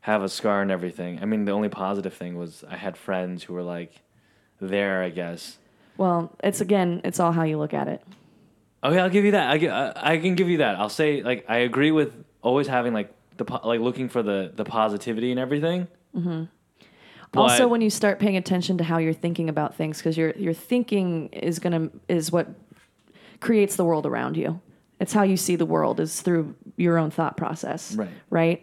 S1: have a scar and everything. I mean, the only positive thing was I had friends who were like there. I guess.
S3: Well, it's again, it's all how you look at it.
S1: Okay, I'll give you that. I, gi- uh, I, I can give you that. I'll say like I agree with always having like the po- like looking for the the positivity and everything. Mm-hmm.
S3: also, when you start paying attention to how you're thinking about things, because your your thinking is gonna is what creates the world around you. It's how you see the world is through your own thought process.
S1: Right.
S3: Right.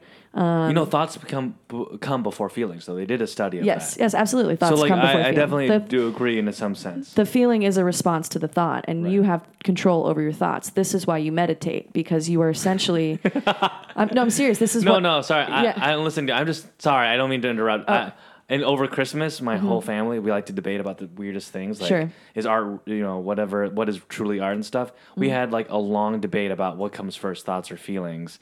S1: you know thoughts become b- come before feelings. So they did a study of
S3: Yes.
S1: that.
S3: Yes. Absolutely. Thoughts
S1: So like
S3: come before
S1: I, I
S3: feeling.
S1: definitely
S3: the,
S1: do agree in some sense.
S3: the feeling is a response to the thought, and you have control over your thoughts. This is why you meditate because you are essentially.
S1: (laughs)
S3: I'm, no, I'm serious. This (laughs) is
S1: No,
S3: what,
S1: no, sorry. I,
S3: Yeah. Oh.
S1: I don't listen to. I'm just sorry. I don't mean to interrupt. I, and over Christmas, my whole family we like to debate about the weirdest things. Like,
S3: Mm-hmm. Sure.
S1: Is art, you know, whatever, what is truly art and stuff.
S3: Mm.
S1: We had like a long debate about what comes first, thoughts or feelings.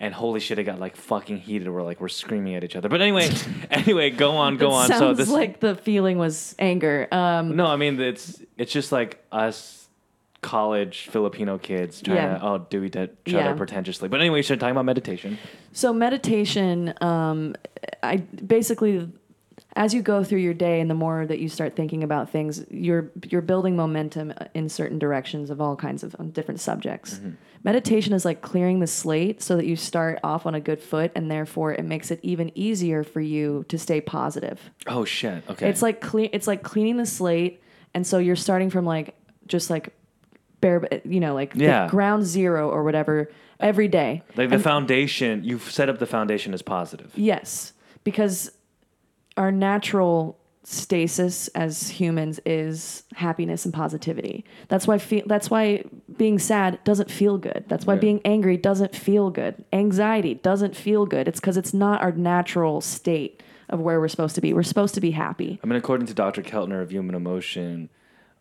S1: And holy shit, it got like fucking heated. We're like we're screaming at each other. But anyway, (laughs) anyway, go on, go on.
S3: Sounds
S1: So this,
S3: like the feeling was anger. Um,
S1: no, I mean it's it's just like us college Filipino kids trying
S3: Yeah.
S1: to oh, outdo each other
S3: Yeah.
S1: pretentiously. But anyway, so talking about meditation.
S3: So meditation, um, I basically, as you go through your day, and the more that you start thinking about things, you're you're building momentum uh, in certain directions of all kinds of um, different subjects.
S1: Mm-hmm.
S3: Meditation is like clearing the slate so that you start off on a good foot, and therefore it makes it even easier for you to stay positive.
S1: Oh shit. Okay.
S3: It's like clean. It's like cleaning the slate, and so you're starting from like just like bare, you know, like the
S1: Yeah.
S3: ground zero or whatever every day.
S1: Like the foundation, you've set up the foundation as positive.
S3: Yes, because our natural stasis as humans is happiness and positivity. That's why fe- that's why being sad doesn't feel good. That's why
S1: Yeah.
S3: being angry doesn't feel good. Anxiety doesn't feel good. It's cuz it's not our natural state of where we're supposed to be. We're supposed to be happy.
S1: I mean, according to Dr. Keltner of Human Emotion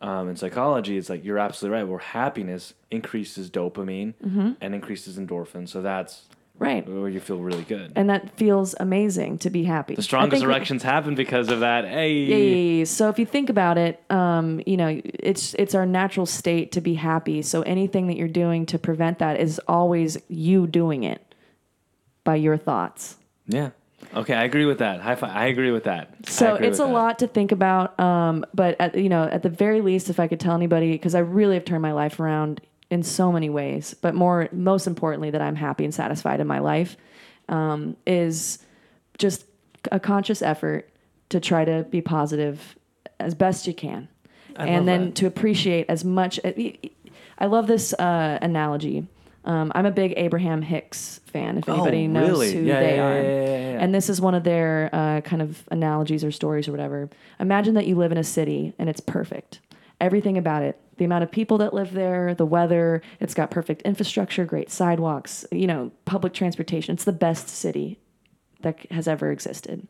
S1: um, and Psychology, it's like you're absolutely right. Where happiness increases dopamine
S3: Mm-hmm.
S1: and increases endorphins, so that's
S3: Right.
S1: where you feel really good.
S3: And that feels amazing to be happy.
S1: the strongest
S3: erection.
S1: erections happen because of that. Hey,
S3: Yay. So if you think about it, um, you know, it's it's our natural state to be happy. So anything that you're doing to prevent that is always you doing it by your thoughts.
S1: yeah. Okay, I agree with that. High five. I agree with that. I
S3: So
S1: agree
S3: it's a
S1: with that.
S3: lot to think about. Um, but at, you know, at the very least, if I could tell anybody, because I really have turned my life around in so many ways, but more, most importantly, that I'm happy and satisfied in my life, um, is just a conscious effort to try to be positive as best you can,
S1: love
S3: and then
S1: that.
S3: to appreciate as much. eh, I love this uh, analogy. Um, I'm a big Abraham Hicks fan. If anybody knows
S1: Oh, really?
S3: who
S1: Yeah,
S3: they
S1: yeah,
S3: are,
S1: yeah, yeah, yeah, yeah.
S3: and this is one of their uh, kind of analogies or stories or whatever. Imagine that you live in a city and it's perfect. Everything about it, the amount of people that live there, the weather, it's got perfect infrastructure, great sidewalks, you know, public transportation. It's the best city that c- has ever existed.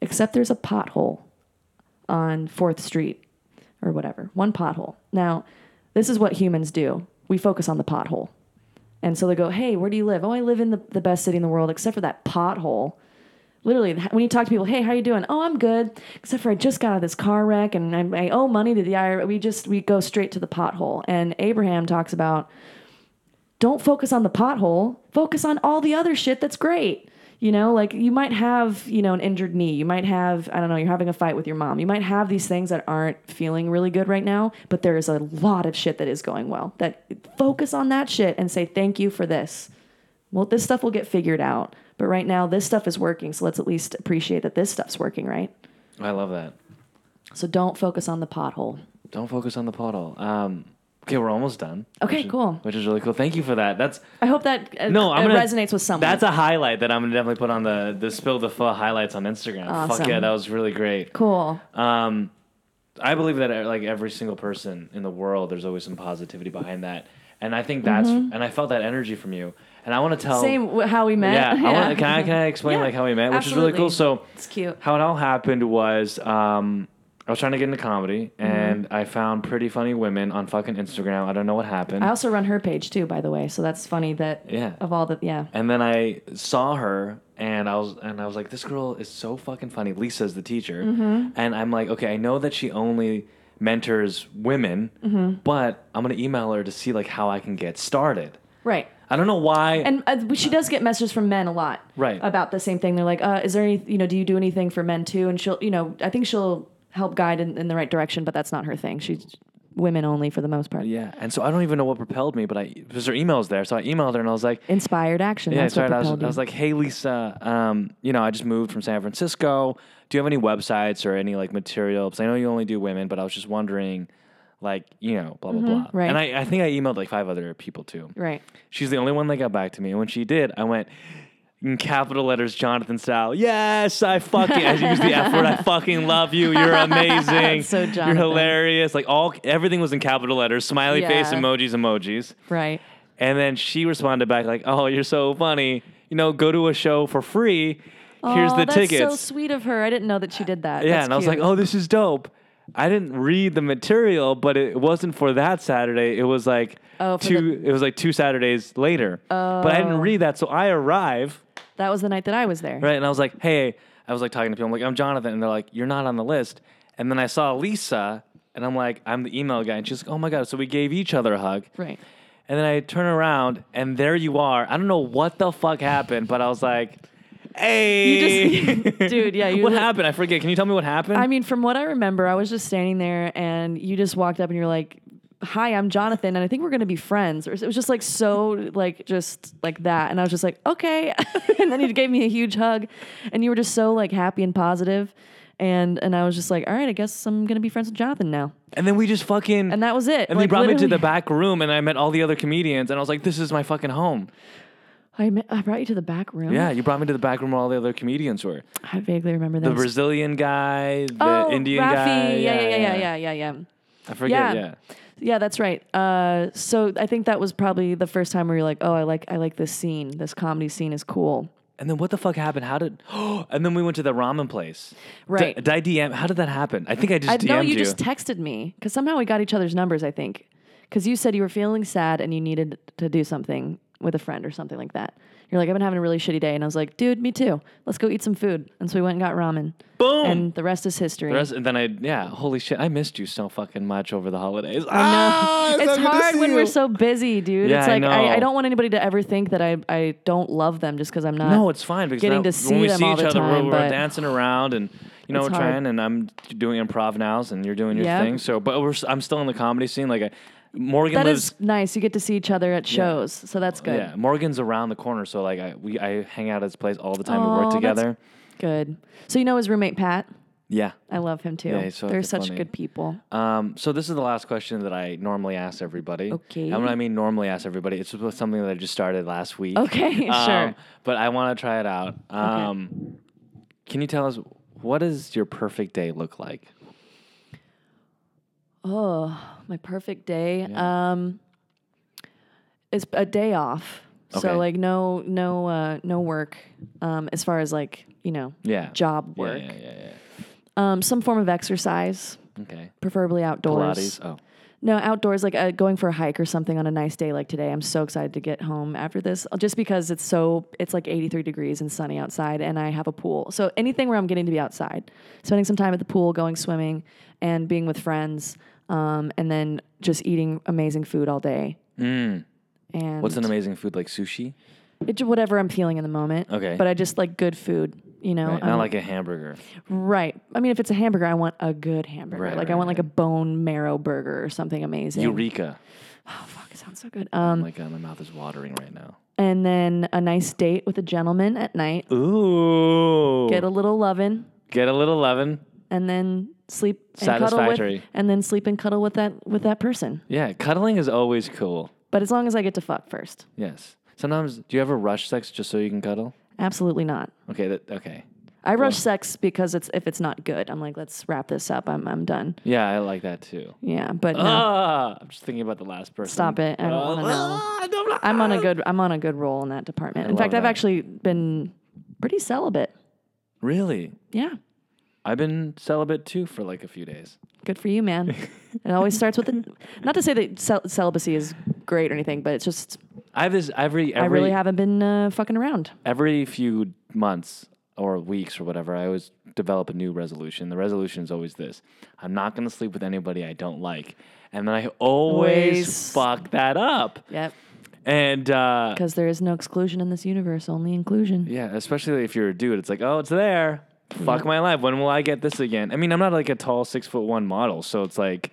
S3: Except there's a pothole on 4th Street or whatever, one pothole. Now, this is what humans do we focus on the pothole. And so they go, Hey, where do you live? Oh, I live in the, the best city in the world, except for that pothole. Literally, th- when you talk to people, hey, how you doing? Oh, I'm good. Except for I just got out of this car wreck and I, I owe money to the IRS. We just we go straight to the pothole. And Abraham talks about don't focus on the pothole. Focus on all the other shit that's great. You know, like you might have, you know, an injured knee. You might have, I don't know, you're having a fight with your mom. You might have these things that aren't feeling really good right now, but there is a lot of shit that is going well. That focus on that shit and say thank you for this. Well, this stuff will get figured out, but right now this stuff is working, so let's at least appreciate that this stuff's working, right?
S1: I love that.
S3: So don't focus on the pothole.
S1: Don't focus on the puddle. Um, okay, we're almost done.
S3: Okay,
S1: which is-
S3: cool.
S1: Which is really cool. Thank you for that. That's
S3: I hope that uh,
S1: no, I'm
S3: it
S1: gonna,
S3: resonates with someone.
S1: That's a highlight that I'm gonna definitely put on the the spill the pho highlights on Instagram. Fuck
S3: Awesome.
S1: yeah, that was really great.
S3: cool.
S1: Um, I believe that uh, like every single person in the world, there's always some positivity behind that, and I think that's and I felt that energy from you, and I want to tell
S3: Mm-hmm. Same w- how we met.
S1: Yeah, I wanna, can I can I explain
S3: (laughs) Yeah,
S1: like how we met, which is really cool. So
S3: absolutely. It's cute.
S1: How it all happened was um, I was trying to get into comedy,
S3: Mm-hmm.
S1: and I found pretty funny women on fucking Instagram. I don't know what happened.
S3: I also run her page too, by the way. So that's funny that
S1: Yeah.
S3: of all the yeah.
S1: and then I saw her, and I was and I was like, this girl is so fucking funny. Lisa's the teacher, and I'm like, okay, I know that she only mentors women, but I'm gonna email her to see like how I can get started.
S3: Right.
S1: I don't know why.
S3: And uh, but she does get messages from men a lot,
S1: Right.
S3: About the same thing. They're like, uh, "Is there any? You know, do you do anything for men too?" And she'll, you know, I think she'll help guide in, in the right direction, but that's not her thing. She's women only for the most part.
S1: yeah, and so I don't even know what propelled me, but I because her email's there, so I emailed her and I was like,
S3: Inspired action.
S1: Yeah,
S3: that's
S1: sorry.
S3: what
S1: I was,
S3: propelled
S1: I was
S3: you.
S1: like, hey, Lisa, um, you know, I just moved from San Francisco. Do you have any websites or any like material? Because I know you only do women, but I was just wondering, like, you know, blah, blah, blah.
S3: Mm-hmm. right.
S1: And I, I think I emailed like five other people too.
S3: right.
S1: She's the only one that got back to me. And when she did, I went, in capital letters, Jonathan Sal. Yes, I fucking. I used the F word.
S3: (laughs)
S1: I fucking love you. You're amazing.
S3: So
S1: You're
S3: Jonathan.
S1: hilarious. Like all, everything was in capital letters. Smiley face,
S3: Yeah.
S1: emojis, emojis.
S3: Right.
S1: And then she responded back like, "Oh, you're so funny. You know, go to a show for free. Here's
S3: Aw,
S1: the
S3: that's
S1: tickets."
S3: so sweet of her. I didn't know that she did that.
S1: yeah,
S3: That's
S1: and I was
S3: cute.
S1: like, "Oh, this is dope." I didn't read the material, but it wasn't for that Saturday. It was like
S3: Oh, for
S1: two. It was like two Saturdays later. But I didn't
S3: Oh.
S1: read that, so I arrive
S3: that was the night that I was there.
S1: "Oh." right, and I was like, "Hey," I was like talking to people. I'm like, "I'm Jonathan," and they're like, "You're not on the list." And then I saw Lisa, and I'm like, "I'm the email guy," and she's like, "Oh my god!" So we gave each other a hug.
S3: Right.
S1: And then I turn around and there you are. I don't know what the fuck happened, but I was like, hey.
S3: You just- (laughs) dude, yeah, you
S1: what
S3: look-
S1: happened? I forget. Can you tell me what happened?
S3: I mean, from what I remember, I was just standing there and you just walked up and you're like, Hi, I'm Jonathan, and I think we're gonna be friends. Or it was just like so, like just like that, and I was just like, okay. (laughs) and then you gave me a huge hug, and you were just so like happy and positive, and and I was just like, all right, I guess I'm gonna be friends with Jonathan now,
S1: and then we just fucking.
S3: and that was it.
S1: and they
S3: Like,
S1: brought me to the
S3: literally-
S1: back room and I met all the other comedians and I was like, this is my fucking home.
S3: I, met, I brought you to the back room.
S1: Yeah, you brought me to the back room where all the other comedians were.
S3: I vaguely remember that.
S1: The Brazilian guy, the
S3: oh,
S1: Indian
S3: Rafi.
S1: guy.
S3: yeah, yeah, yeah, yeah, yeah, yeah. yeah.
S1: I forget,
S3: Yeah.
S1: yeah.
S3: Yeah, that's right. Uh, so I think that was probably the first time where you're like, "Oh, I like I like this scene. This comedy scene is cool."
S1: And then what the fuck happened? How did? (gasps) and then we went to the ramen place.
S3: Right.
S1: Did, I DM? How did that happen? I think I just
S3: I
S1: DM'd
S3: know you, just texted me because somehow we got each other's numbers. I think because you said you were feeling sad and you needed to do something with a friend or something like that. You're like, "I've been having a really shitty day," and I was like, "Dude, me too. Let's go eat some food." And so we went and got ramen.
S1: Boom.
S3: And the rest is history.
S1: The
S3: (laughs)
S1: rest- and then I, yeah, holy shit, I missed you so fucking much over the holidays. Ah,
S3: I know. Ah, it's hard when we're so busy, dude.
S1: Yeah,
S3: it's
S1: I
S3: like I,
S1: know.
S3: I, don't want anybody to ever think that I, I don't love them just because I'm not.
S1: No, it's fine because
S3: getting
S1: now-
S3: to see
S1: when we
S3: them
S1: see
S3: all
S1: each
S3: the
S1: other,
S3: time,
S1: we're, we're
S3: but-
S1: dancing around, and you know
S3: It's
S1: we're
S3: hard.
S1: trying. And I'm doing improv nows, and you're doing your
S3: Yeah.
S1: thing. So, but we're, s- I'm still in the comedy scene. Like, I, Morgan
S3: That
S1: lives.
S3: is nice. You get to see each other at shows, so that's good.
S1: Yeah, Morgan's around the corner, so like I we I hang out at his place all the time. we
S3: Aw,
S1: work
S3: that's-
S1: together.
S3: Good. So you know his roommate Pat.
S1: Yeah.
S3: I love him too.
S1: Yeah, he's so
S3: They're
S1: fucking
S3: such
S1: funny.
S3: good people.
S1: Um, so this is the last question that I normally ask everybody.
S3: Okay.
S1: And when I mean normally ask everybody, it's just something that I just started last week.
S3: Okay, (laughs)
S1: Um,
S3: sure.
S1: But I want to try it out. Um, Can you tell us what does your perfect day look like?
S3: Oh, my perfect day. Um, it's a day off.
S1: Okay.
S3: So like no no uh, no work. Um, as far as like you know
S1: Yeah.
S3: job
S1: Yeah,
S3: work.
S1: Yeah, yeah, yeah.
S3: Um, some form of exercise,
S1: Okay.
S3: preferably outdoors.
S1: Pilates. Oh.
S3: No, outdoors, like uh, going for a hike or something on a nice day like today. I'm so excited to get home after this, uh, just because it's so it's like 83 degrees and sunny outside, and I have a pool. So anything where I'm getting to be outside, spending some time at the pool, going swimming, and being with friends, um, and then just eating amazing food all day. And
S1: Mm. What's an amazing food like sushi?
S3: it, ju- whatever I'm feeling in the moment.
S1: Okay.
S3: But I just like good food, you know.
S1: Right, Not
S3: I want-
S1: like a hamburger.
S3: right. I mean, if it's a hamburger, I want a good hamburger.
S1: Right,
S3: like I
S1: right,
S3: want like a bone marrow burger or something amazing.
S1: Eureka.
S3: Oh fuck, it sounds so good. Um,
S1: my god, my mouth is watering right now.
S3: and then a nice date with a gentleman at night.
S1: Ooh.
S3: Get a little lovin',
S1: Get a little lovin'.
S3: and then sleep and cuddle with,
S1: Satisfactory.
S3: and then sleep and cuddle with that with that person.
S1: Yeah, cuddling is always cool.
S3: But as long as I get to fuck first,
S1: Yes. Sometimes, do you ever rush sex just so you can cuddle?
S3: absolutely not.
S1: Okay, that okay.
S3: I rush sex because it's if it's not good, I'm like, let's wrap this up. I'm I'm done.
S1: Yeah, I like that too.
S3: Yeah, but no,
S1: Ah, I'm just thinking about the last person. Ah,
S3: stop it. I don't want to know. I'm on a good I'm on a good roll in that department. in
S1: love
S3: fact, I've
S1: that.
S3: actually been pretty celibate.
S1: Really?
S3: Yeah.
S1: I've been celibate too for like a few days.
S3: Good for
S1: (laughs)
S3: you, man. it always starts with a, not to say that cel- celibacy is great or anything, but it's just
S1: I have this every every
S3: I really haven't been uh, fucking around.
S1: every few months or weeks or whatever, I always develop a new resolution. The resolution is always this: I'm not going to sleep with anybody I don't like, and then I always
S3: Always.
S1: fuck that up.
S3: Yep.
S1: And uh,
S3: Because there is no exclusion in this universe, only inclusion.
S1: yeah, especially if you're a dude, it's like, oh, it's there. Fuck my life. When will I get this again? I mean, I'm not like a tall six foot one model, so it's like,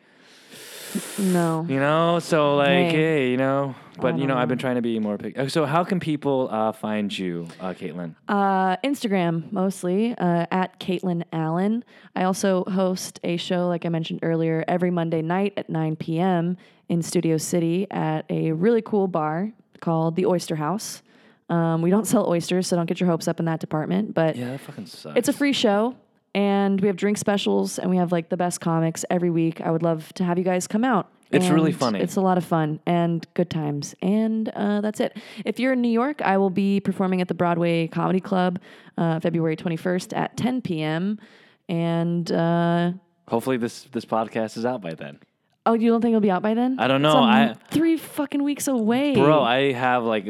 S3: No.
S1: you know, so like, hey,
S3: Hey.
S1: you know. But you know, I've been trying to be more. Pic- oh, so how can people uh, find you, uh, Caitlin?
S3: Uh, Instagram mostly uh, at Caitlin Allen. I also host a show, like I mentioned earlier, every Monday night at 9 p.m. in Studio City at a really cool bar called the Oyster House. Um, we don't sell oysters, so don't get your hopes up in that department. But
S1: yeah, that fucking sucks.
S3: it's a free show, and we have drink specials, and we have like the best comics every week. I would love to have you guys come out.
S1: It's really
S3: And
S1: funny.
S3: It's a lot of fun and good times. And uh, that's it. If you're in New York, I will be performing at the Broadway Comedy Club uh, February 21st at 10 p.m. And uh,
S1: Hopefully, this this podcast is out by then.
S3: oh, you don't think it'll be out by then?
S1: I don't
S3: It's
S1: know.
S3: a m-
S1: I-
S3: three fucking weeks away,
S1: Bro, I have like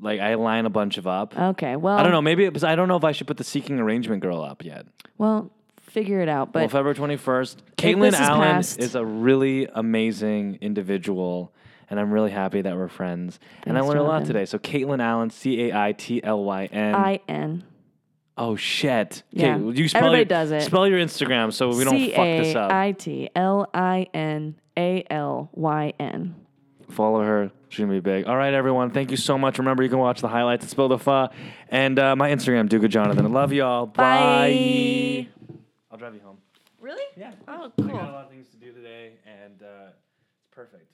S1: like I line a bunch of up.
S3: okay. Well,
S1: I don't know. Maybe it was, I don't know if I should put the Seeking Arrangement girl up yet.
S3: Well, figure it out. But
S1: well, February twenty first,
S3: If
S1: Caitlin
S3: this is
S1: Allen
S3: passed-
S1: is a really amazing individual, and I'm really happy that we're friends. and I
S3: Thanks,
S1: learned a lot
S3: Jonathan.
S1: today. So Caitlin Allen, C A I T L Y N.
S3: I N
S1: Oh shit!
S3: Yeah.
S1: Okay, well, you spell
S3: Everybody
S1: your,
S3: does it.
S1: Spell your Instagram so we don't
S3: C
S1: fuck this
S3: A
S1: up.
S3: I T L I N A L Y N.
S1: follow her. She's gonna be big. All right, everyone. Thank you so much. Remember, you can watch the highlights at Spill the Fa and uh, my Instagram, Duke of Jonathan. I love y'all. Bye.
S3: Bye.
S1: I'll drive you home.
S3: Really?
S1: Yeah.
S3: Oh,
S1: I got a
S3: cool.
S1: lot of things to do today, and uh, it's perfect.